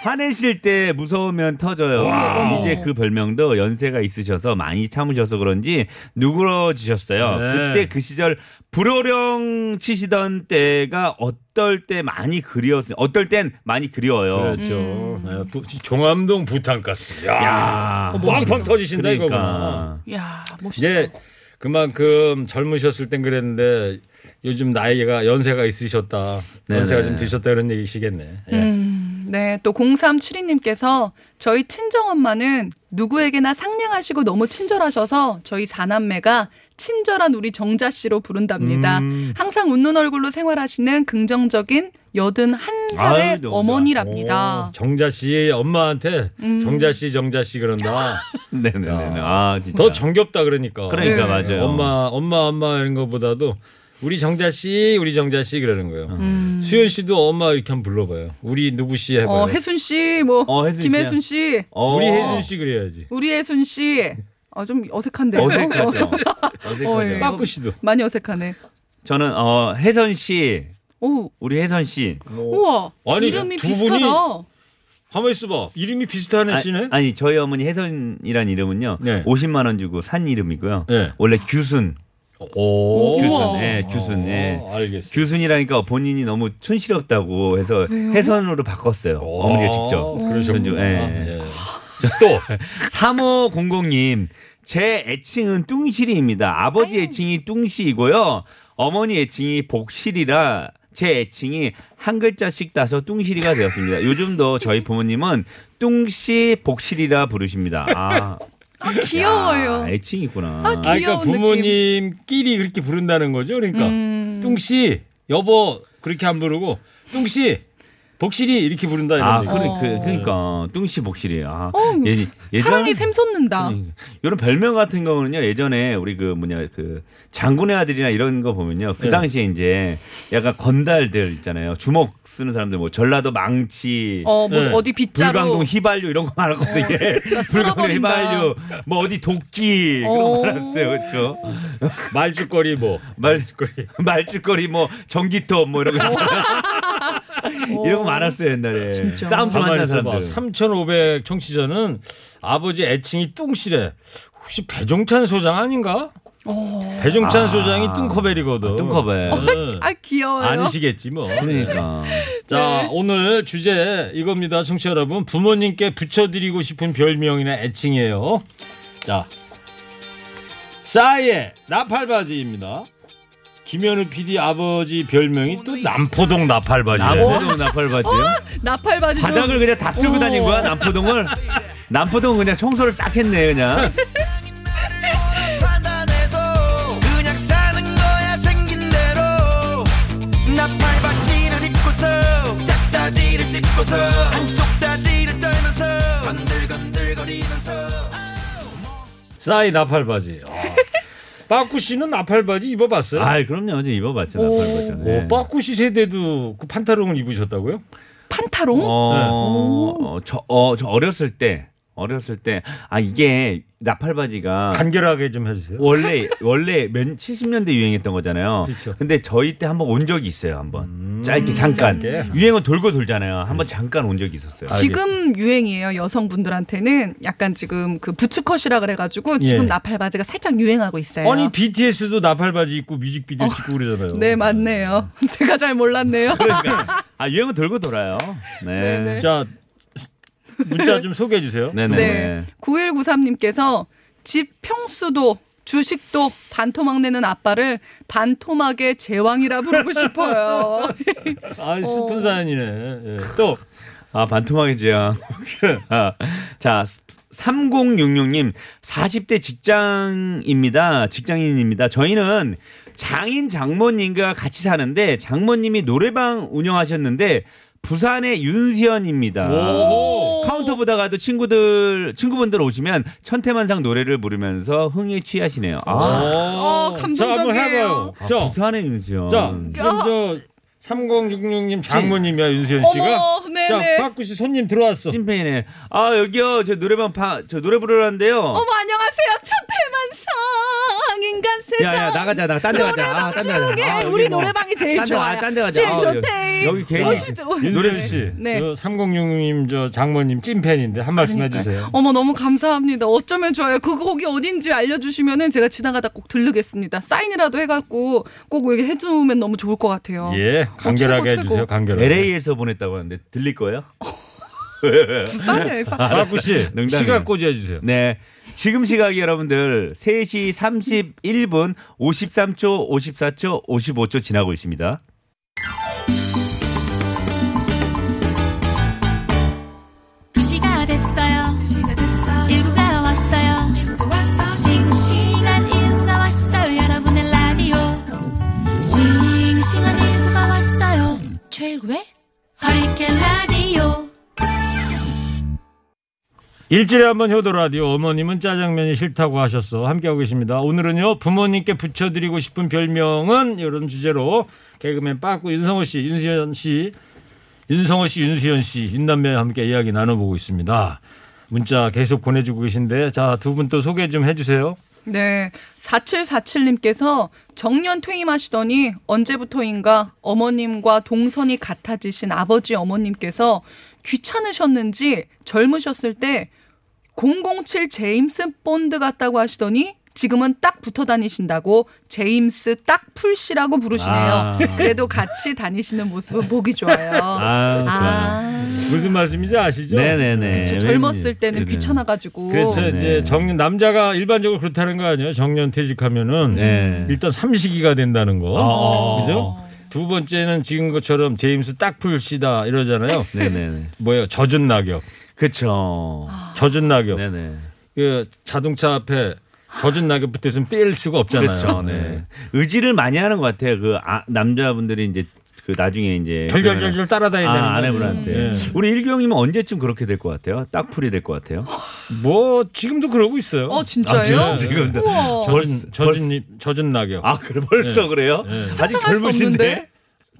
Speaker 8: 화내실 때 무서우면 터져요.
Speaker 10: 와우.
Speaker 8: 이제 그 별명도 연세가 있으셔서 많이 참으셔서 그런지 누그러지셨어요.
Speaker 10: 네.
Speaker 8: 그때 그 시절 불호령 치시던 때가 어떨 때 많이 그리웠어요. 어떨 땐 많이 그리워요. 음.
Speaker 1: 그렇죠. 네, 부- 종암동 부탄가스. 야, 뭐
Speaker 8: 야. 어, 멋있다.
Speaker 1: 왕팡 터지신다
Speaker 8: 그러니까.
Speaker 1: 이거구나.
Speaker 7: 야, 멋있다.
Speaker 1: 이제 그만큼 젊으셨을 땐 그랬는데 요즘 나이가 연세가 있으셨다.
Speaker 8: 네네.
Speaker 1: 연세가 좀 드셨다 이런 얘기시겠네. 예.
Speaker 7: 음, 네, 또 0372님께서 저희 친정엄마는 누구에게나 상냥하시고 너무 친절하셔서 저희 사남매가 친절한 우리 정자 씨로 부른답니다. 항상 웃는 얼굴로 생활하시는 긍정적인 여든 한 살의
Speaker 1: 아유, 너무
Speaker 7: 어머니랍니다.
Speaker 1: 오, 정자 씨 엄마한테
Speaker 7: 음.
Speaker 1: 정자 씨 정자 씨 그런다.
Speaker 8: 네네네. 아, 진짜.
Speaker 1: 더 정겹다 그러니까.
Speaker 7: 네.
Speaker 8: 그러니까 맞아요.
Speaker 1: 엄마 엄마 엄마 이런 거보다도 우리 정자 씨 우리 정자 씨 그러는 거예요.
Speaker 7: 음.
Speaker 1: 수현 씨도 엄마 이렇게 한번 불러봐요. 우리 누구 씨 해봐요.
Speaker 7: 어, 혜순 씨, 뭐
Speaker 1: 어, 혜순
Speaker 7: 김혜순 씨,
Speaker 8: 어,
Speaker 1: 우리
Speaker 7: 어.
Speaker 1: 혜준 씨 그래야지.
Speaker 7: 우리 혜순 씨, 어, 좀 어색한데요.
Speaker 8: 어색하죠.
Speaker 7: 어, 예.
Speaker 8: 어색하죠.
Speaker 7: 어, 많이 어색하네.
Speaker 8: 저는 어 혜선 씨,
Speaker 7: 오,
Speaker 8: 우리 혜선 씨.
Speaker 7: 우와,
Speaker 8: 뭐, 아니,
Speaker 7: 이름이
Speaker 8: 두
Speaker 7: 비슷하다.
Speaker 8: 분이
Speaker 1: 가만 있어봐. 이름이 비슷하네
Speaker 8: 아,
Speaker 1: 씨네.
Speaker 8: 아니 저희 어머니 혜선이란 이름은요.
Speaker 1: 네.
Speaker 8: 50만 원 주고 산 이름이고요. 원래 규순.
Speaker 1: 오. 아. 네.
Speaker 8: 규순,
Speaker 1: 우와.
Speaker 8: 예, 규순, 예.
Speaker 1: 알겠어.
Speaker 8: 규순이라니까 본인이 너무 촌스럽다고 해서
Speaker 1: 왜요?
Speaker 8: 혜선으로 바꿨어요. 어머니가 직접.
Speaker 1: 그러셨구나.
Speaker 8: 좀, 예.
Speaker 1: 예.
Speaker 8: 또 3500님 제 애칭은 뚱실이입니다. 아버지 애칭이 뚱시이고요. 어머니 애칭이 복실이라 제 애칭이 한 글자씩 따서 뚱실이가 되었습니다. 요즘도 저희 부모님은 뚱시 복실이라 부르십니다. 아,
Speaker 7: 아, 귀여워요.
Speaker 8: 아, 애칭이 있구나.
Speaker 7: 아,
Speaker 1: 아, 그러니까 부모님끼리 그렇게 부른다는 거죠. 그러니까 뚱씨 여보 그렇게 안 부르고 뚱씨 복실이 이렇게 부른다 이런
Speaker 8: 아,
Speaker 1: 얘기.
Speaker 8: 그러, 그, 그러니까 뚱시 복실이. 아,
Speaker 7: 네. 어,
Speaker 8: 예- 음.
Speaker 7: 사랑이 샘솟는다.
Speaker 8: 이런 별명 같은 경우는요 예전에 우리 그 뭐냐 그 장군의 아들이나 이런 거 보면요 그
Speaker 7: 네.
Speaker 8: 당시에 이제 약간 건달들 있잖아요 주먹 쓰는 사람들 뭐 전라도 망치
Speaker 7: 어, 네. 뭐 어디 빗자루.
Speaker 8: 예. 불광동 휘발유 이런 거 말하거든요 예. 불광동 휘발유 뭐 어디 도끼
Speaker 7: 어.
Speaker 8: 그런 거 말았어요 그렇죠 말죽거리 뭐 말죽거리 말죽거리 뭐 전기톱 뭐 이런 거 있잖아요.
Speaker 7: 어.
Speaker 8: 이런 거 많았어요 옛날에 싸움 좀
Speaker 1: 가만히
Speaker 8: 한다는
Speaker 1: 있어봐.
Speaker 8: 사람들
Speaker 1: 3,500 청취자는 아버지 애칭이 뚱실해. 혹시 배종찬 소장 아닌가? 배종찬
Speaker 8: 아.
Speaker 1: 소장이 뚱커벨이거든.
Speaker 8: 뚱커벨.
Speaker 1: 네.
Speaker 7: 아, 귀여워요.
Speaker 1: 아니시겠지 뭐.
Speaker 8: 그러니까.
Speaker 1: 자 오늘 주제 이겁니다, 청취자 여러분. 부모님께 붙여드리고 싶은 별명이나 애칭이에요. 자, 싸이의 나팔바지입니다. 김현우 PD 아버지 별명이 또 남포동
Speaker 7: 어?
Speaker 1: 나팔바지예요.
Speaker 8: 남포동 아, 뭐, 나팔바지요?
Speaker 7: 나팔바지 좀-
Speaker 8: 바닥을 그냥 다 쓸고
Speaker 7: 어.
Speaker 8: 다닌 거야 남포동을 남포동 그냥 청소를 싹 했네 그냥
Speaker 6: 판단해도 그냥 사는 거야 생긴 대로 나팔바지를 입고서 짝다리를 짚고서 한쪽 다리를 떨면서 건들건들거리면서
Speaker 1: 싸이 나팔바지. 아. 빠꾸 씨는 나팔바지 입어봤어요?
Speaker 8: 아 그럼요 이제 입어봤죠 나팔바지 네.
Speaker 1: 오, 빠꾸 씨 세대도 그 판타롱을 입으셨다고요?
Speaker 7: 판타롱?
Speaker 8: 어, 어, 저, 어, 저 어렸을 때 어렸을 때 아 이게 나팔바지가
Speaker 1: 간결하게 좀 해주세요.
Speaker 8: 원래 원래 맨 70년대 유행했던 거잖아요. 근데 저희 때 한번 온 적이 있어요. 한번 짧게 잠깐
Speaker 7: 짧게.
Speaker 8: 유행은 돌고 돌잖아요. 한번 잠깐 온 적이 있었어요.
Speaker 7: 지금 유행이에요. 여성분들한테는 약간 지금 그 부츠컷이라 그래가지고 지금
Speaker 1: 예.
Speaker 7: 나팔바지가 살짝 유행하고 있어요.
Speaker 1: 아니 BTS도 나팔바지 입고 뮤직비디오 찍고 그러잖아요.
Speaker 7: 네 맞네요. 제가 잘 몰랐네요.
Speaker 8: 아 유행은 돌고 돌아요. 네.
Speaker 7: 네네.
Speaker 1: 자 문자 좀 소개해 주세요.
Speaker 8: 네네.
Speaker 7: 네. 9193님께서 집 평수도 주식도 반토막 내는 아빠를 반토막의 제왕이라 부르고 싶어요.
Speaker 1: 아 슬픈 사연이네. 예. 또
Speaker 8: 아 반토막이지요. 아, 자 스- 3066님, 40대 직장입니다. 직장인입니다. 저희는 장인 장모님과 같이 사는데 장모님이 노래방 운영하셨는데 부산의 윤수연입니다. 카운터 보다가도 친구들 친구분들 오시면 천태만상 노래를 부르면서 흥에 취하시네요. 아,
Speaker 1: 어, 감동적이에요. 자, 한번 해봐요.
Speaker 8: 아, 음.
Speaker 1: 자.
Speaker 8: 부산의 윤수연.
Speaker 1: 자, 지금 저 3066님 장모님이야 윤수현 씨가.
Speaker 8: 어머,
Speaker 1: 자,
Speaker 8: 네네.
Speaker 1: 박구 씨 손님 들어왔어.
Speaker 8: 찐팬이네. 아 여기요 저 노래방 파, 저 노래 부르라는데요.
Speaker 7: 어머 안녕하세요 천태만상 인간 세상
Speaker 8: 야야 나가자 나가 딴데 가자. 아, 딴데 가자. 아, 여기
Speaker 7: 우리
Speaker 8: 뭐.
Speaker 7: 노래방이 제일
Speaker 8: 딴데 가,
Speaker 7: 좋아요
Speaker 8: 아, 딴데 가자.
Speaker 7: 제일
Speaker 8: 아,
Speaker 7: 좋대
Speaker 8: 여기 괜히
Speaker 1: 윤수현 씨,
Speaker 7: 네.
Speaker 8: 어,
Speaker 1: 저 3066님 저 장모님 찐팬인데 한 말씀 해주세요.
Speaker 7: 네. 어머 너무 감사합니다. 어쩌면 좋아요. 그 곡이 어딘지 알려주시면은 제가 지나가다 꼭 들르겠습니다. 사인이라도 해갖고 꼭 이렇게 해주면 너무 좋을 것 같아요.
Speaker 1: 예, 간결하게
Speaker 7: 어. 최고,
Speaker 1: 해주세요.
Speaker 7: 최고.
Speaker 1: 간결하게.
Speaker 8: LA에서 보냈다고 하는데 들릴 거예요?
Speaker 7: 부산에서.
Speaker 1: 박구 씨, 시각 꽂아 주세요.
Speaker 8: 네. 지금 시각이 여러분들 3시 31분 53초, 54초, 55초 지나고 있습니다.
Speaker 11: 두시가 됐어요. 일구가 왔어요. 싱싱한 일구가 왔어요. 여러분의 라디오. 싱싱한 일구가 왔어요. 최고의 허리케인 라디오.
Speaker 1: 일주일에 한 번 효도 라디오 어머님은 짜장면이 싫다고 하셨어 함께하고 계십니다. 오늘은요 부모님께 붙여드리고 싶은 별명은 이런 주제로 개그맨 빠꾸 윤성호 씨, 윤수현 씨, 윤성호 씨, 윤수현 씨, 윤남매와 함께 이야기 나눠보고 있습니다. 문자 계속 보내주고 계신데 자 두 분 또 소개 좀 해주세요.
Speaker 7: 네. 4747님께서 정년 퇴임하시더니 언제부터인가 어머님과 동선이 같아지신 아버지 어머님께서 귀찮으셨는지 젊으셨을 때 007 제임스 본드 같다고 하시더니 지금은 딱 붙어 다니신다고 제임스 딱 풀씨라고 부르시네요.
Speaker 1: 아.
Speaker 7: 그래도 같이 다니시는 모습은 보기 좋아요.
Speaker 1: 무슨 말씀인지 아시죠?
Speaker 8: 네네네.
Speaker 7: 그쵸, 젊었을 때는
Speaker 1: 네네. 그렇죠.
Speaker 7: 귀찮아가지고.
Speaker 1: 그래서
Speaker 8: 네.
Speaker 1: 이제 정 남자가 일반적으로 그렇다는 거 아니에요. 정년 퇴직하면은 일단 삼시기가 된다는 거.
Speaker 8: 네. 아.
Speaker 1: 그죠? 두 번째는 지금 것처럼 제임스 딱풀 씨다 이러잖아요.
Speaker 8: 네네네.
Speaker 1: 뭐예요? 젖은 낙엽.
Speaker 8: 그렇죠.
Speaker 7: 아.
Speaker 1: 젖은 낙엽.
Speaker 8: 네네.
Speaker 1: 그 자동차 앞에 젖은 낙엽 붙어 있으면 뺄 수가 없잖아요.
Speaker 8: 그렇죠. 네. 의지를 많이 하는 것 같아요. 그 아, 남자분들이 이제 그 나중에 이제
Speaker 1: 절절절절 따라다니는
Speaker 8: 아, 아내분한테.
Speaker 1: 음. 예.
Speaker 8: 우리 일경님은 언제쯤 그렇게 될 것 같아요? 딱풀이 될 것 같아요?
Speaker 1: 뭐 지금도 그러고 있어요.
Speaker 7: 어, 진짜예요?
Speaker 8: 네.
Speaker 1: 아, 지금, 지금도.
Speaker 7: 우와.
Speaker 1: 젖은 젖은 잎, 젖은 낙엽.
Speaker 8: 아, 그래 벌써 그래요? 아직
Speaker 7: 상상할 수 없는데?
Speaker 8: 젊으신데?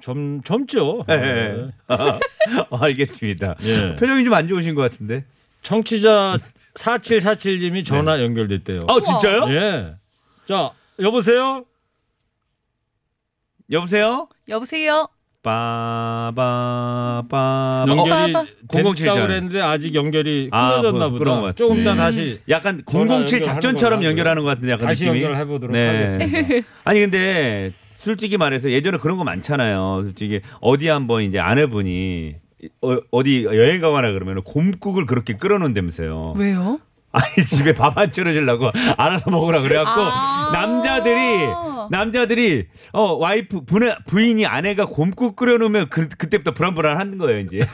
Speaker 1: 젊 젊죠.
Speaker 8: 예, 예. 아, 알겠습니다.
Speaker 1: 예.
Speaker 8: 표정이 좀 안 좋으신 것 같은데.
Speaker 1: 청취자 4747님이 전화 연결됐대요.
Speaker 8: 아, 진짜요?
Speaker 1: 예. 자, 여보세요?
Speaker 8: 여보세요?
Speaker 7: 여보세요?
Speaker 8: 빠바바 어,
Speaker 1: 연결이 됐다고
Speaker 8: 007잖아요.
Speaker 1: 그랬는데 아직 연결이
Speaker 8: 아,
Speaker 1: 끊어졌나
Speaker 8: 그-
Speaker 1: 보다.
Speaker 8: 그런 것 같아요.
Speaker 1: 조금 더
Speaker 8: 음.
Speaker 1: 다시
Speaker 8: 약간
Speaker 1: 전화
Speaker 8: 007 작전처럼 연결하는 것 같은데 약간
Speaker 1: 다시
Speaker 8: 느낌이.
Speaker 1: 연결해 보도록
Speaker 8: 네.
Speaker 1: 하겠습니다.
Speaker 8: 아니 근데 솔직히 말해서 예전에 그런 거 많잖아요. 솔직히 어디 한번 이제 아내분이 어, 디 여행 가거나 그러면 곰국을 그렇게 끓여놓는다면서요.
Speaker 7: 왜요?
Speaker 8: 아니 집에 밥 안 차려주려고 알아서 먹으라 그래갖고 남자들이 남자들이 어 와이프 분해, 부인이 아내가 곰국 끓여놓으면 그, 그때부터 불안불안한 거예요 이제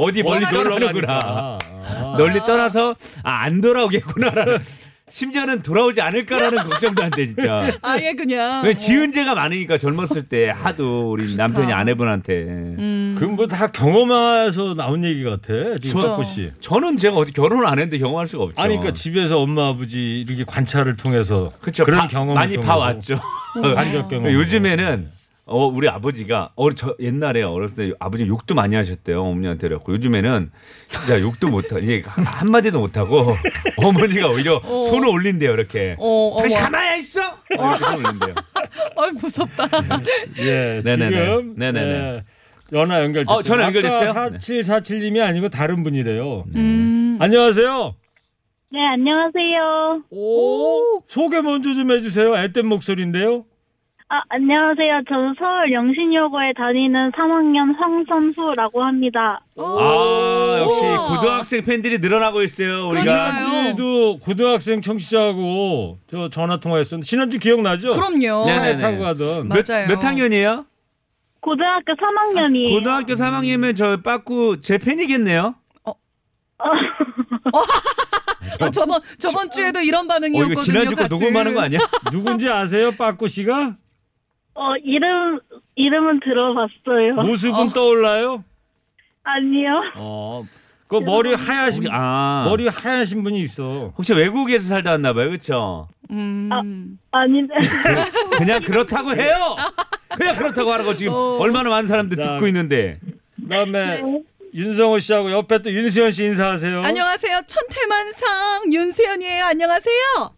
Speaker 8: 어디 멀리 떠나는구나 널리 떠나서 아, 안 돌아오겠구나라는 심지어는 돌아오지 않을까라는 걱정도 한데 진짜
Speaker 7: 아예 그냥.
Speaker 8: 왜 지은 죄가 많으니까 젊었을 때 하도 우리 남편이 아내분한테
Speaker 1: 그럼 뭐 다 경험해서 나온 얘기 같아. 지금 박구 씨.
Speaker 8: 저는 제가 어디 결혼을 안 했는데 경험할 수가 없죠
Speaker 1: 아니 그러니까 집에서 엄마 아버지 이렇게 관찰을 통해서
Speaker 8: 그쵸,
Speaker 1: 그런
Speaker 8: 봐-
Speaker 1: 경험을
Speaker 8: 그렇죠. 많이
Speaker 1: 통해서
Speaker 8: 봐왔죠.
Speaker 1: 간접 경험.
Speaker 8: 그러니까 요즘에는 어, 우리 아버지가 어, 저 옛날에 어렸을 때 아버지 욕도 많이 하셨대요 어머니한테 그래갖고 요즘에는 진짜 욕도 못하 이제 한- 한마디도 못하고 어머니가 오히려
Speaker 7: 어.
Speaker 8: 손을 올린대요 이렇게
Speaker 7: 어,
Speaker 8: 다시
Speaker 7: 어머.
Speaker 8: 가만히 있어 이렇게 손 올린대요
Speaker 7: 아 무섭다.
Speaker 1: 예,
Speaker 8: 네네네.
Speaker 1: 지금
Speaker 8: 네네네.
Speaker 1: 예, 전화 연결됐
Speaker 8: 어, 전화 연결됐어요? 네. 음.
Speaker 1: 4747님이 아니고 다른 분이래요. 안녕하세요.
Speaker 12: 네, 안녕하세요.
Speaker 1: 오, 소개 먼저 좀 해주세요. 앳된 목소리인데요.
Speaker 12: 아, 안녕하세요. 저는 서울 영신여고에 다니는 3학년 황선수라고 합니다.
Speaker 8: 아 역시 고등학생 팬들이 늘어나고 있어요 우리가
Speaker 1: 지난주에도 고등학생 청취자하고 저 전화 통화했었는데 지난주 기억나죠?
Speaker 7: 그럼요.
Speaker 1: 차에
Speaker 8: 네네네.
Speaker 1: 타고 가던
Speaker 8: 몇, 몇 학년이에요?
Speaker 12: 고등학교 3학년이에요.
Speaker 8: 고등학교 어, 3학년이면 저 빠꾸 제 팬이겠네요
Speaker 13: 아, 저번 저번 주에도 이런 반응이었거든요.
Speaker 8: 어,
Speaker 13: 같은.
Speaker 1: 누군지 아세요, 빠꾸 씨가?
Speaker 11: 어, 이름, 이름은 들어봤어요.
Speaker 13: 뭐?
Speaker 1: 모습은 떠올라요?
Speaker 11: 아니요.
Speaker 1: 어, 그 머리 하얀신
Speaker 8: 어,
Speaker 1: 머리 하얀신 분이 있어.
Speaker 8: 아. 혹시 외국에서 살다 왔나 봐요, 그렇죠?
Speaker 13: 음.
Speaker 11: 아, 아닌데.
Speaker 8: 그냥 그렇다고 해요. 그냥 그렇다고 하라고 지금
Speaker 1: 어.
Speaker 8: 얼마나 많은 사람들
Speaker 1: 자.
Speaker 8: 듣고 있는데.
Speaker 1: 그다음에 윤성호 씨하고 옆에 또 윤수현 씨 인사하세요.
Speaker 13: 안녕하세요. 천태만상 윤수연이에요. 안녕하세요.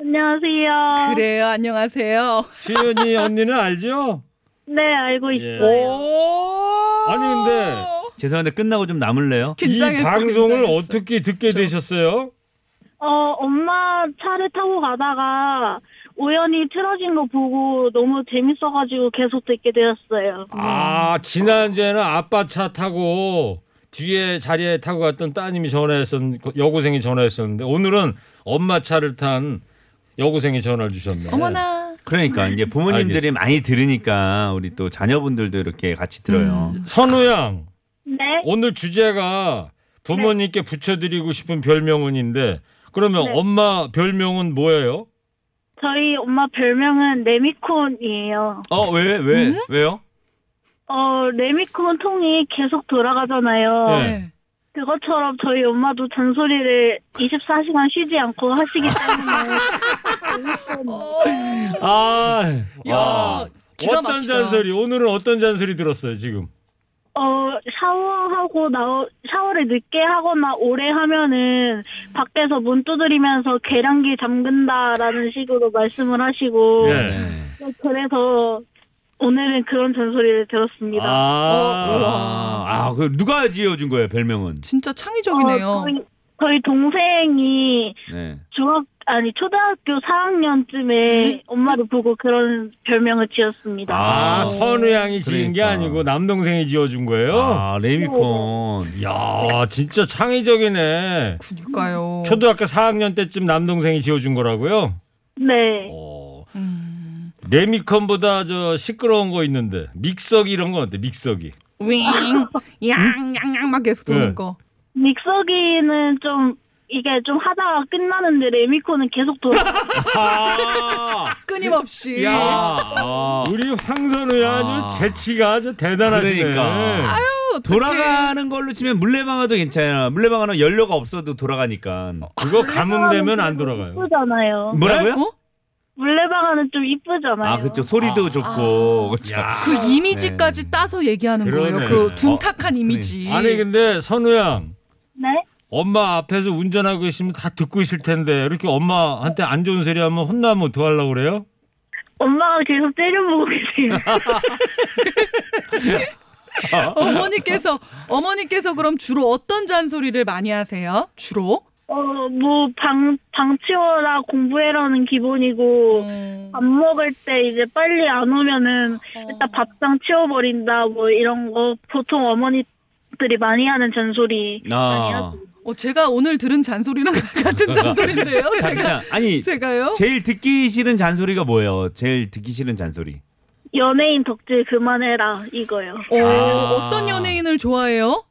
Speaker 11: 안녕하세요.
Speaker 13: 그래요. 안녕하세요.
Speaker 1: 수연이 언니는 알죠?
Speaker 11: 네, 알고
Speaker 1: 있어요. 예. 아니 근데
Speaker 8: 죄송한데 끝나고 좀 남을래요?
Speaker 1: 이 방송을 어떻게 듣게 되셨어요?
Speaker 11: 어, 엄마 차를 타고 가다가 우연히 틀어진 거 보고 너무 재밌어가지고 계속 듣게 되었어요.
Speaker 1: 아 지난주에는 아빠 차 타고 뒤에 자리에 타고 갔던 따님이 전화했었 여고생이 전화했었는데 오늘은 엄마 차를 탄 여고생이 전화를 주셨네.
Speaker 13: 어머나.
Speaker 8: 그러니까
Speaker 1: 네.
Speaker 8: 이제 부모님들이 많이 들으니까 우리 또 자녀분들도 이렇게 같이 들어요.
Speaker 1: 선우 양
Speaker 11: 네.
Speaker 1: 오늘 주제가 부모님께 붙여드리고 싶은 별명은인데 그러면 엄마 별명은 뭐예요?
Speaker 11: 저희 엄마 별명은 레미콘이에요.
Speaker 8: 어왜왜 왜, 왜요?
Speaker 11: 어, 레미콘 통이 계속 돌아가잖아요.
Speaker 1: 예.
Speaker 8: 네.
Speaker 11: 그것처럼 저희 엄마도 잔소리를 24시간 쉬지 않고 하시기 때문에
Speaker 1: 아, 아,
Speaker 11: 기가
Speaker 1: 어떤
Speaker 11: 막히다.
Speaker 1: 잔소리? 오늘은 어떤 잔소리 들었어요 지금?
Speaker 11: 어, 샤워하고 나 샤워를 늦게 하거나 오래 하면은 밖에서 문 두드리면서 계량기 잠근다라는 식으로 말씀을 하시고
Speaker 1: 예.
Speaker 11: 그래서 오늘은 그런 잔소리를 들었습니다.
Speaker 1: 아.
Speaker 8: 아아그 누가 지어준 거예요 별명은?
Speaker 13: 진짜 창의적이네요.
Speaker 11: 어, 저희, 저희 동생이
Speaker 8: 네.
Speaker 11: 중학 아니 초등학교 4학년쯤에 엄마를 보고 그런 별명을 지었습니다.
Speaker 1: 아, 선우 양이 지은 게 아니고 남동생이 지어준 거예요? 아,
Speaker 8: 레미콘.
Speaker 1: 야, 진짜 창의적이네.
Speaker 13: 그니까요.
Speaker 1: 초등학교 4학년 때쯤 남동생이 지어준 거라고요?
Speaker 11: 네.
Speaker 1: 어. 레미콘보다 저 시끄러운 거 있는데 믹서기 이런 건 어때? 믹서기.
Speaker 13: 윙, 양, 양, 양, 막 계속 도는
Speaker 1: 네.
Speaker 13: 거.
Speaker 11: 믹서기는 좀 이게 좀 하다가 끝나는데 레미콘은 계속 돌아.
Speaker 13: 끊임없이.
Speaker 2: 예.
Speaker 1: 야, 우리 황선우야
Speaker 8: 아.
Speaker 1: 아. 아주 재치가 아주 대단하시네.
Speaker 8: 그러니까.
Speaker 13: 아유,
Speaker 8: 돌아가는 걸로 치면 물레방아도 괜찮아. 물레방아는 연료가 없어도 돌아가니까.
Speaker 1: 그거 감응되면 안 돌아가요.
Speaker 11: 이쁘잖아요.
Speaker 8: 뭐라고요?
Speaker 11: 물레방아는 좀 이쁘잖아요.
Speaker 8: 아, 그렇죠. 소리도 좋고. 그렇죠.
Speaker 2: 아.
Speaker 13: 그 이미지까지 따서 얘기하는
Speaker 1: 그러네.
Speaker 13: 거예요. 그 둔탁한 이미지.
Speaker 1: 아니 근데 선우 양
Speaker 11: 네?
Speaker 1: 엄마 앞에서 운전하고 계시면 다 듣고 있을 텐데 이렇게 엄마한테 안 좋은 소리 하면 혼나면 어떡하려고 그래요?
Speaker 11: 엄마가 계속 때려보고 계세요.
Speaker 13: 어머니께서 어머니께서 그럼 주로 어떤 잔소리를 많이 하세요? 주로?
Speaker 11: 어, 뭐, 방, 방 치워라, 공부해라는 기본이고, 밥 먹을 때 이제 빨리 안 오면은, 일단 밥상 치워버린다, 뭐, 이런 거, 보통 어머니들이 많이 하는 잔소리.
Speaker 8: 아.
Speaker 13: 어, 제가 오늘 들은 잔소리랑 같은 잔소리인데요.
Speaker 8: 자,
Speaker 13: 제가
Speaker 8: 그냥, 아니
Speaker 13: 제가요?
Speaker 8: 제일 듣기 싫은 잔소리가 뭐예요? 제일 듣기 싫은 잔소리.
Speaker 11: 연예인 덕질 그만해라, 이거요.
Speaker 13: 어,
Speaker 8: 아.
Speaker 13: 어떤 연예인을 좋아해요?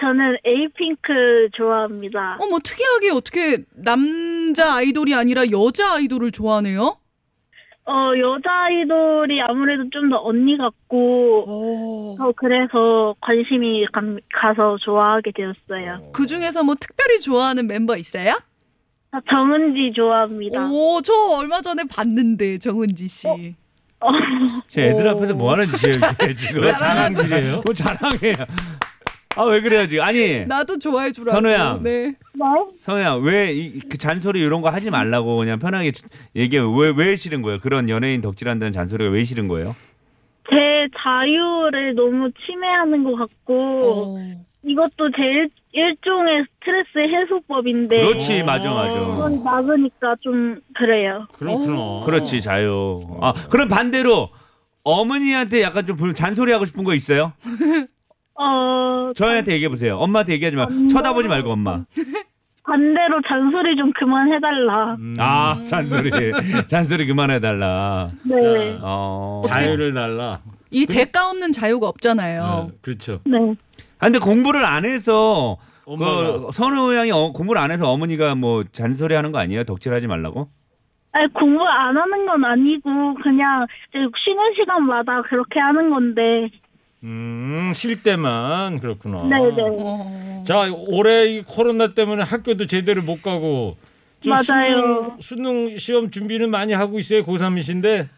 Speaker 11: 저는 에이핑크 좋아합니다.
Speaker 13: 어머 뭐 특이하게 어떻게 남자 아이돌이 아니라 여자 아이돌을 좋아하네요?
Speaker 11: 어, 여자 아이돌이 아무래도 좀 더 언니 같고, 어, 그래서 관심이 감- 가서 좋아하게 되었어요.
Speaker 13: 그 중에서 뭐 특별히 좋아하는 멤버 있어요?
Speaker 11: 저 정은지 좋아합니다.
Speaker 13: 오, 저 얼마 전에 봤는데 정은지 씨.
Speaker 8: 제 애들 앞에서 뭐 하는 짓이에요 이게 지금?
Speaker 1: 왜 자랑질이에요?
Speaker 8: 뭐 자랑해요? 아 왜 그래요 지금? 아니
Speaker 13: 나도 좋아해 주라고.
Speaker 8: 선우야.
Speaker 13: 네.
Speaker 8: 성우야 왜그 잔소리 이런 거 하지 말라고 그냥 편하게 얘기해 왜왜 싫은 거예요? 그런 연예인 덕질한다는 잔소리가 왜 싫은 거예요?
Speaker 11: 제 자유를 너무 침해하는 것 같고, 이것도 제 일, 일종의 스트레스 해소법인데.
Speaker 8: 그렇지, 맞아, 맞아.
Speaker 11: 그건 막으니까 좀 그래요.
Speaker 1: 그렇구나.
Speaker 8: 그렇지 자유. 아 그럼 반대로 어머니한테 약간 좀 불- 잔소리하고 싶은 거 있어요?
Speaker 11: 어,
Speaker 8: 저한테 얘기해 보세요. 엄마한테 얘기하지 말고 쳐다보지 말고 엄마.
Speaker 11: 반대로 잔소리 좀 그만해달라.
Speaker 8: 아 잔소리 잔소리 그만해 달라.
Speaker 11: 네.
Speaker 8: 어
Speaker 1: 자유를 달라. 네,
Speaker 11: 어.
Speaker 13: 이 대가 없는 자유가 없잖아요.
Speaker 8: 그렇죠.
Speaker 11: 네.
Speaker 8: 아, 근데 공부를 안 해서
Speaker 1: 엄마가.
Speaker 8: 그 선우 양이 어, 공부를 안 해서 어머니가 뭐 잔소리하는 거 아니에요? 덕질하지 말라고?
Speaker 11: 아니, 공부 안 하는 건 아니고 그냥 이제 쉬는 시간마다 그렇게 하는 건데.
Speaker 1: 음, 쉴 때만 그렇구나.
Speaker 11: 네, 네네.
Speaker 1: 자, 올해 이 코로나 때문에 학교도 제대로 못 가고 저
Speaker 11: 맞아요.
Speaker 1: 수능, 수능 시험 준비는 많이 하고 있어요. 고3이신데.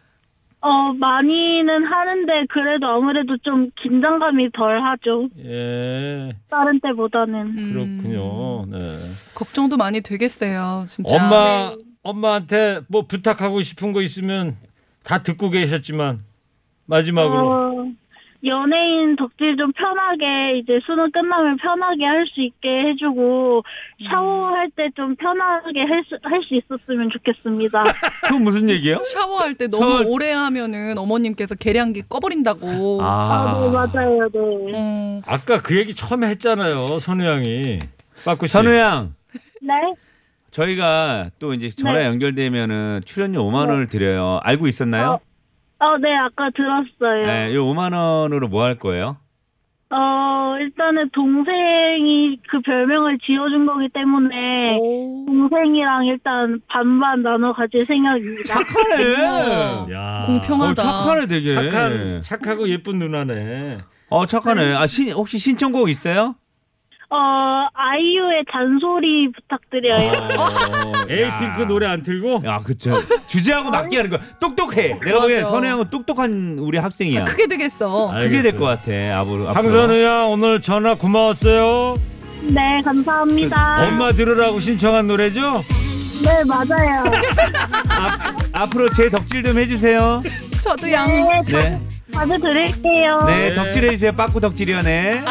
Speaker 11: 어 많이는 하는데 그래도 아무래도 좀 긴장감이 덜하죠.
Speaker 1: 예.
Speaker 11: 다른 때보다는.
Speaker 1: 음.
Speaker 11: 음.
Speaker 1: 그렇군요. 네.
Speaker 13: 걱정도 많이 되겠어요, 진짜.
Speaker 1: 엄마
Speaker 11: 네.
Speaker 1: 엄마한테 뭐 부탁하고 싶은 거 있으면 다 듣고 계셨지만 마지막으로
Speaker 11: 어, 연예인 덕질 좀 편하게 이제 수능 끝나면 편하게 할 수 있게 해주고 샤워할 때 좀 편하게 할 수 할 수 있었으면 좋겠습니다.
Speaker 8: 그건 무슨 얘기예요?
Speaker 13: 샤워할 때 너무
Speaker 8: 샤워할 때-
Speaker 13: 오래 하면은 어머님께서 계량기 꺼버린다고. 음.
Speaker 1: 아.
Speaker 11: 맞아요, 네.
Speaker 1: 아까 그 얘기 처음에 했잖아요. 선우 양이. 빠꾸 씨.
Speaker 8: 선우 양
Speaker 11: 네.
Speaker 8: 저희가 또 이제 전화
Speaker 11: 네.
Speaker 8: 연결되면은 출연료 5만 원을 드려요. 알고 있었나요?
Speaker 11: 어, 네, 아까 들었어요.
Speaker 8: 네, 이 5만 원으로 뭐 할 거예요?
Speaker 11: 어, 일단은 동생이 그 별명을 지어준 거기 때문에 동생이랑 일단 반반 나눠 가질 생각입니다.
Speaker 1: 야.
Speaker 11: 공평하다.
Speaker 8: 어, 착하네 되게.
Speaker 1: 착한 착하고 예쁜 누나네.
Speaker 8: 어 착하네. 아 신, 혹시 신청곡 있어요?
Speaker 11: 어, 아이유의 잔소리 부탁드려요.
Speaker 8: 아. 어. 에이핑크
Speaker 1: 노래 안 틀고?
Speaker 8: 아 그쵸. 주제하고 맞게 하는 거야. 똑똑해. 내가 보기엔
Speaker 13: 맞아.
Speaker 8: 선우 양은 똑똑한 우리 학생이야.
Speaker 13: 크게 되겠어.
Speaker 8: 크게 될 것 그렇죠. 같아. 앞으로. 앞으로.
Speaker 1: 황선우 양 오늘 전화 고마웠어요.
Speaker 11: 네, 감사합니다.
Speaker 1: 그, 엄마 들으라고 신청한 노래죠?
Speaker 11: 네, 맞아요.
Speaker 8: 앞으로 제 덕질 좀 해주세요.
Speaker 13: 저도
Speaker 11: 양. 네, 다-
Speaker 8: 네.
Speaker 11: 다들 드릴게요.
Speaker 8: 네 덕질 해주세요. 빠꾸 덕질이연애.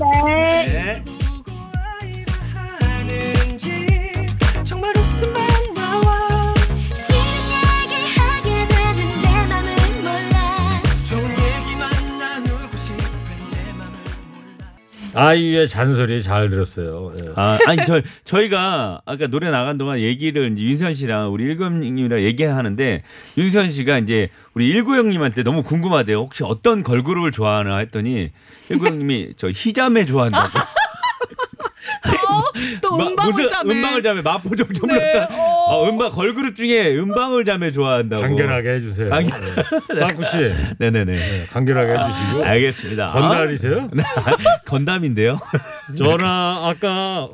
Speaker 11: 네.
Speaker 8: 네.
Speaker 5: 정말 웃음만 나와 신나게 하게 되는 내 맘을 몰라
Speaker 14: 좋은 얘기만 나누고 싶
Speaker 1: 아이유의 잔소리 잘 들었어요. 예.
Speaker 8: 아, 아니 저 저희가 아까 노래 나간 동안 얘기를 이제 윤선 씨랑 우리 일검님이랑 얘기하는데 윤선 씨가 이제 우리 일구형님한테 너무 궁금하대요. 혹시 어떤 걸그룹을 좋아하나 했더니 일구형님이 저 희자매 좋아한다고.
Speaker 13: 또
Speaker 8: 마-
Speaker 13: 음방울
Speaker 8: 무슨
Speaker 13: 자매. 네,
Speaker 8: 음방울 자매 마포정 좀렸다 어, 음방 걸그룹 중에 음방울 자매 좋아한다고.
Speaker 1: 간결하게 네. 해주세요.
Speaker 8: 간결.
Speaker 1: 박구 씨.
Speaker 8: 네네네.
Speaker 1: 간결하게 해주시고.
Speaker 8: 알겠습니다.
Speaker 1: 건달이세요?
Speaker 8: 아, 건담인데요.
Speaker 1: 네. 전화 아까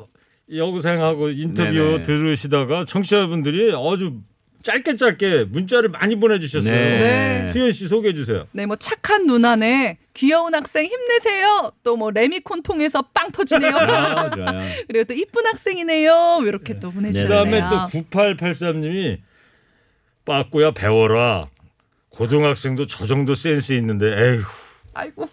Speaker 1: 여고생하고 인터뷰
Speaker 8: 네네.
Speaker 1: 들으시다가 청취자분들이 아주 짧게 짧게 문자를 많이 보내주셨어요.
Speaker 13: 네. 네.
Speaker 1: 수현 씨 소개해 주세요.
Speaker 13: 네, 뭐 착한 누나네, 귀여운 학생 힘내세요. 또 뭐 레미콘 통해서 빵 터지네요.
Speaker 1: 아, 좋아요.
Speaker 13: 그리고 또 이쁜 학생이네요. 이렇게 또 보내주셨네요.
Speaker 1: 그다음에 또 9883님이 빠꾸야 배워라. 고등학생도 저 정도 센스 있는데 에휴.
Speaker 13: 아이고.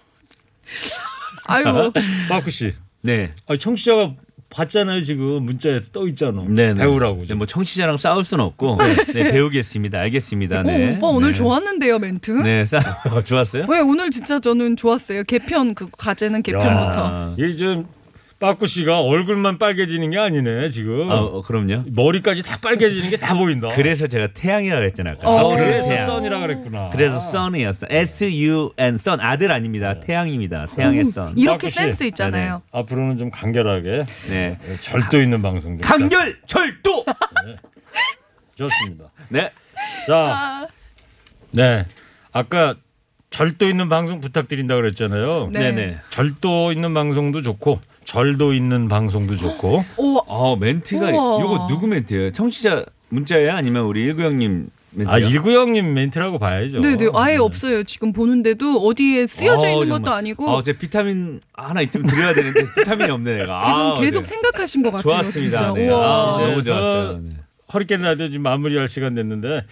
Speaker 13: 아이고. 어,
Speaker 1: 빠꾸 씨.
Speaker 8: 네.
Speaker 1: 아, 청취자가 봤잖아요 지금 문자에 떠 있잖아.
Speaker 8: 네네.
Speaker 1: 배우라고.
Speaker 8: 네, 뭐 청취자랑 싸울 순 없고 네, 배우겠습니다. 알겠습니다.
Speaker 13: 어,
Speaker 8: 네.
Speaker 13: 오빠 오늘 좋았는데요, 멘트?
Speaker 8: 네, 싸... 어, 좋았어요.
Speaker 13: 왜 오늘 진짜 저는 좋았어요. 개편 그 과제는 개편부터.
Speaker 8: 네, 뭐.
Speaker 1: 이좀 빠꾸 씨가 얼굴만 빨개지는 게 아니네 지금.
Speaker 8: 아, 어, 그럼요.
Speaker 1: 머리까지 다 빨개지는 게 다 보인다.
Speaker 8: 그래서 제가 태양이라고 했잖아요. 아까.
Speaker 1: 어,
Speaker 8: 떠오르는
Speaker 1: 그래서
Speaker 8: 태양.
Speaker 1: 선이라 그랬구나.
Speaker 8: 그래서
Speaker 13: 아.
Speaker 8: sun이에요. sun. S U N sun 아들 아닙니다. 태양입니다.
Speaker 13: 음.
Speaker 8: 태양의 sun.
Speaker 13: 이렇게 센스
Speaker 1: 네,
Speaker 13: 있잖아요.
Speaker 1: 앞으로는 좀 간결하게
Speaker 8: 네.
Speaker 1: 절도 있는 방송 좀
Speaker 8: 간결 절도.
Speaker 1: 좋습니다.
Speaker 8: 네.
Speaker 1: 자, 네. 아까 절도 있는 방송 부탁드린다 그랬잖아요.
Speaker 13: 네. 네네.
Speaker 1: 절도 있는 방송도 좋고 절도 있는 방송도 좋고.
Speaker 13: 오,
Speaker 8: 어 멘트가
Speaker 1: 우와.
Speaker 8: 이거 누구 멘트예요? 청취자 문자예요? 아니면 우리 일구 형님 멘트?
Speaker 1: 아, 일구 형님 멘트라고 봐야죠.
Speaker 13: 네, 네. 아예 없어요. 지금 보는데도 어디에 쓰여져 있는 것도 아니고
Speaker 8: 어제 비타민 하나 있으면 드려야 되는데 비타민이 없네 내가.
Speaker 13: 지금
Speaker 8: 아,
Speaker 13: 계속
Speaker 8: 네.
Speaker 13: 생각하신 것 같아요.
Speaker 8: 좋았습니다.
Speaker 13: 진짜.
Speaker 8: 네.
Speaker 13: 우와.
Speaker 8: 아,
Speaker 1: 이제
Speaker 8: 너무
Speaker 1: 저
Speaker 8: 좋았어요. 네.
Speaker 1: 허리케인 라디오 지금 마무리할 시간 됐는데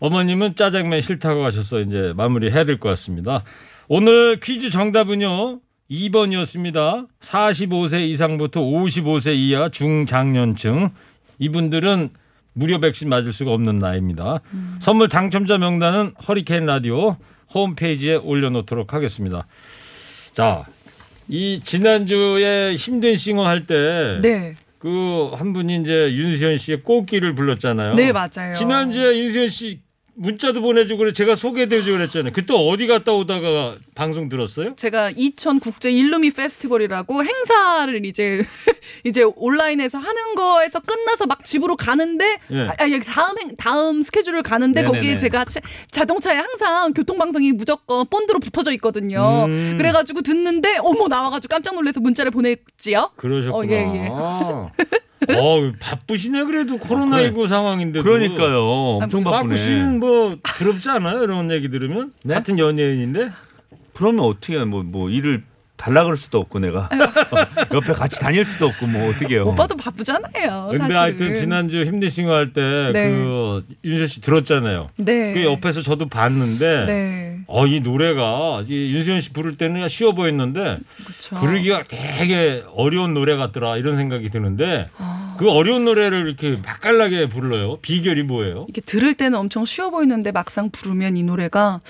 Speaker 1: 어머님은 짜장면 싫다고 하셔서 이제 마무리 해야 될 것 같습니다. 오늘 퀴즈 정답은요. 2번이었습니다. 45세 이상부터 55세 이하 중장년층 이분들은 무료 백신 맞을 수가 없는 나이입니다. 선물 당첨자 명단은 허리케인 라디오 홈페이지에 올려놓도록 하겠습니다. 자, 이 지난주에 힘든 싱어 할때
Speaker 13: 네.
Speaker 1: 그 한 분이 이제 윤수현 씨의 꽃길을 불렀잖아요.
Speaker 8: 어.
Speaker 13: 네, 맞아요.
Speaker 1: 지난주에 윤수현 씨 문자도 보내주고 그래 제가 소개해드리고 그랬잖아요. 그때 어디 갔다 오다가 방송 들었어요?
Speaker 7: 제가 이천 국제 일루미 페스티벌이라고 행사를 이제 이제 온라인에서 하는 거에서 끝나서 막 집으로 가는데
Speaker 1: 예.
Speaker 7: 아, 아니, 다음 행- 다음 스케줄을 가는데
Speaker 1: 네네네.
Speaker 7: 거기에 제가 차- 자동차에 항상 교통방송이 무조건 본드로 붙어져 있거든요.
Speaker 1: 음.
Speaker 7: 그래가지고 듣는데 어머 나와가지고 깜짝 놀라서 문자를 보냈지요.
Speaker 1: 그러셨구나.
Speaker 7: 어, 예, 예.
Speaker 1: 어, 바쁘시네 아, 그래도 코로나19 상황인데
Speaker 8: 그러니까요.
Speaker 13: 어.
Speaker 8: 엄청
Speaker 13: 아,
Speaker 8: 바쁘네.
Speaker 1: 바쁘시면 뭐 부럽지 않아요? 이런 얘기 들으면 같은 연예인인데
Speaker 8: 그러면 어떻게 뭐 뭐 일을 달라 그럴 수도 없고 내가
Speaker 13: 아.
Speaker 8: 옆에 같이 다닐 수도 없고 뭐 어떻게 해요?
Speaker 7: 예. 오빠도 바쁘잖아요.
Speaker 1: 근데
Speaker 7: 어, 사실은.
Speaker 1: 하여튼 지난주 힘내싱어 할 때
Speaker 7: 네.
Speaker 1: 그 윤서 씨 들었잖아요.
Speaker 7: 네.
Speaker 1: 그 옆에서 저도 봤는데
Speaker 7: 네.
Speaker 1: 어, 이 노래가 이 윤수현 씨 부를 때는 쉬워 보였는데
Speaker 7: 아.
Speaker 1: 부르기가 되게 어려운 노래 같더라 이런 생각이 드는데 그 어려운 노래를 이렇게 맛깔나게 불러요. 비결이 뭐예요?
Speaker 7: 이렇게 들을 때는 엄청 쉬워 보이는데 막상 부르면 이 노래가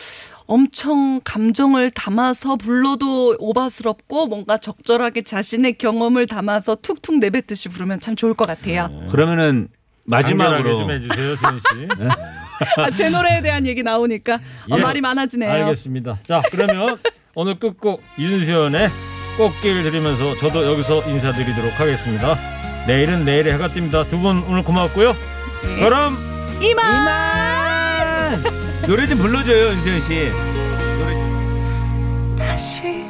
Speaker 7: 엄청 감정을 담아서 불러도 오바스럽고 뭔가 적절하게 자신의 경험을 담아서 툭툭 내뱉듯이 부르면 참 좋을 것 같아요.
Speaker 15: 어.
Speaker 8: 그러면은 마지막으로 네,
Speaker 1: 간결하게 좀 해주세요, 수현 씨.
Speaker 7: 아, 제 노래에 대한 얘기 나오니까 어,
Speaker 1: 예.
Speaker 7: 말이 많아지네요.
Speaker 1: 알겠습니다. 자 그러면 오늘 끝곡 윤수연의 꽃길 들으면서 저도 여기서 인사드리도록 하겠습니다. 내일은 내일의 해가 뜹니다. 두 분 오늘 고맙고요. 그럼
Speaker 7: 이만!
Speaker 8: 노래 좀 불러줘요 윤세현 씨.
Speaker 15: 다시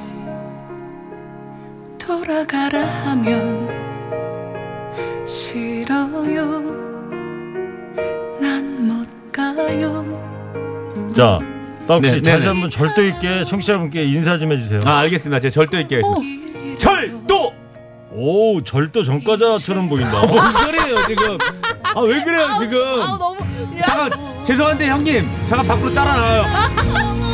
Speaker 15: 돌아가라 하면 싫어요 난 못 가요
Speaker 1: 자, 박씨
Speaker 8: 네,
Speaker 1: 다시
Speaker 8: 네네.
Speaker 1: 한번 절도 있게 청취자분께 인사 좀 해주세요.
Speaker 8: 아 알겠습니다. 제가 절도 있게.
Speaker 13: 어.
Speaker 8: 절도.
Speaker 1: 오 절도 전과자처럼 보인다.
Speaker 8: 뭔 소리예요 지금? 아 왜 그래요 지금?
Speaker 7: 너무
Speaker 8: 잠깐 죄송한데 형님 잠깐 밖으로 따라 나와요.
Speaker 7: 그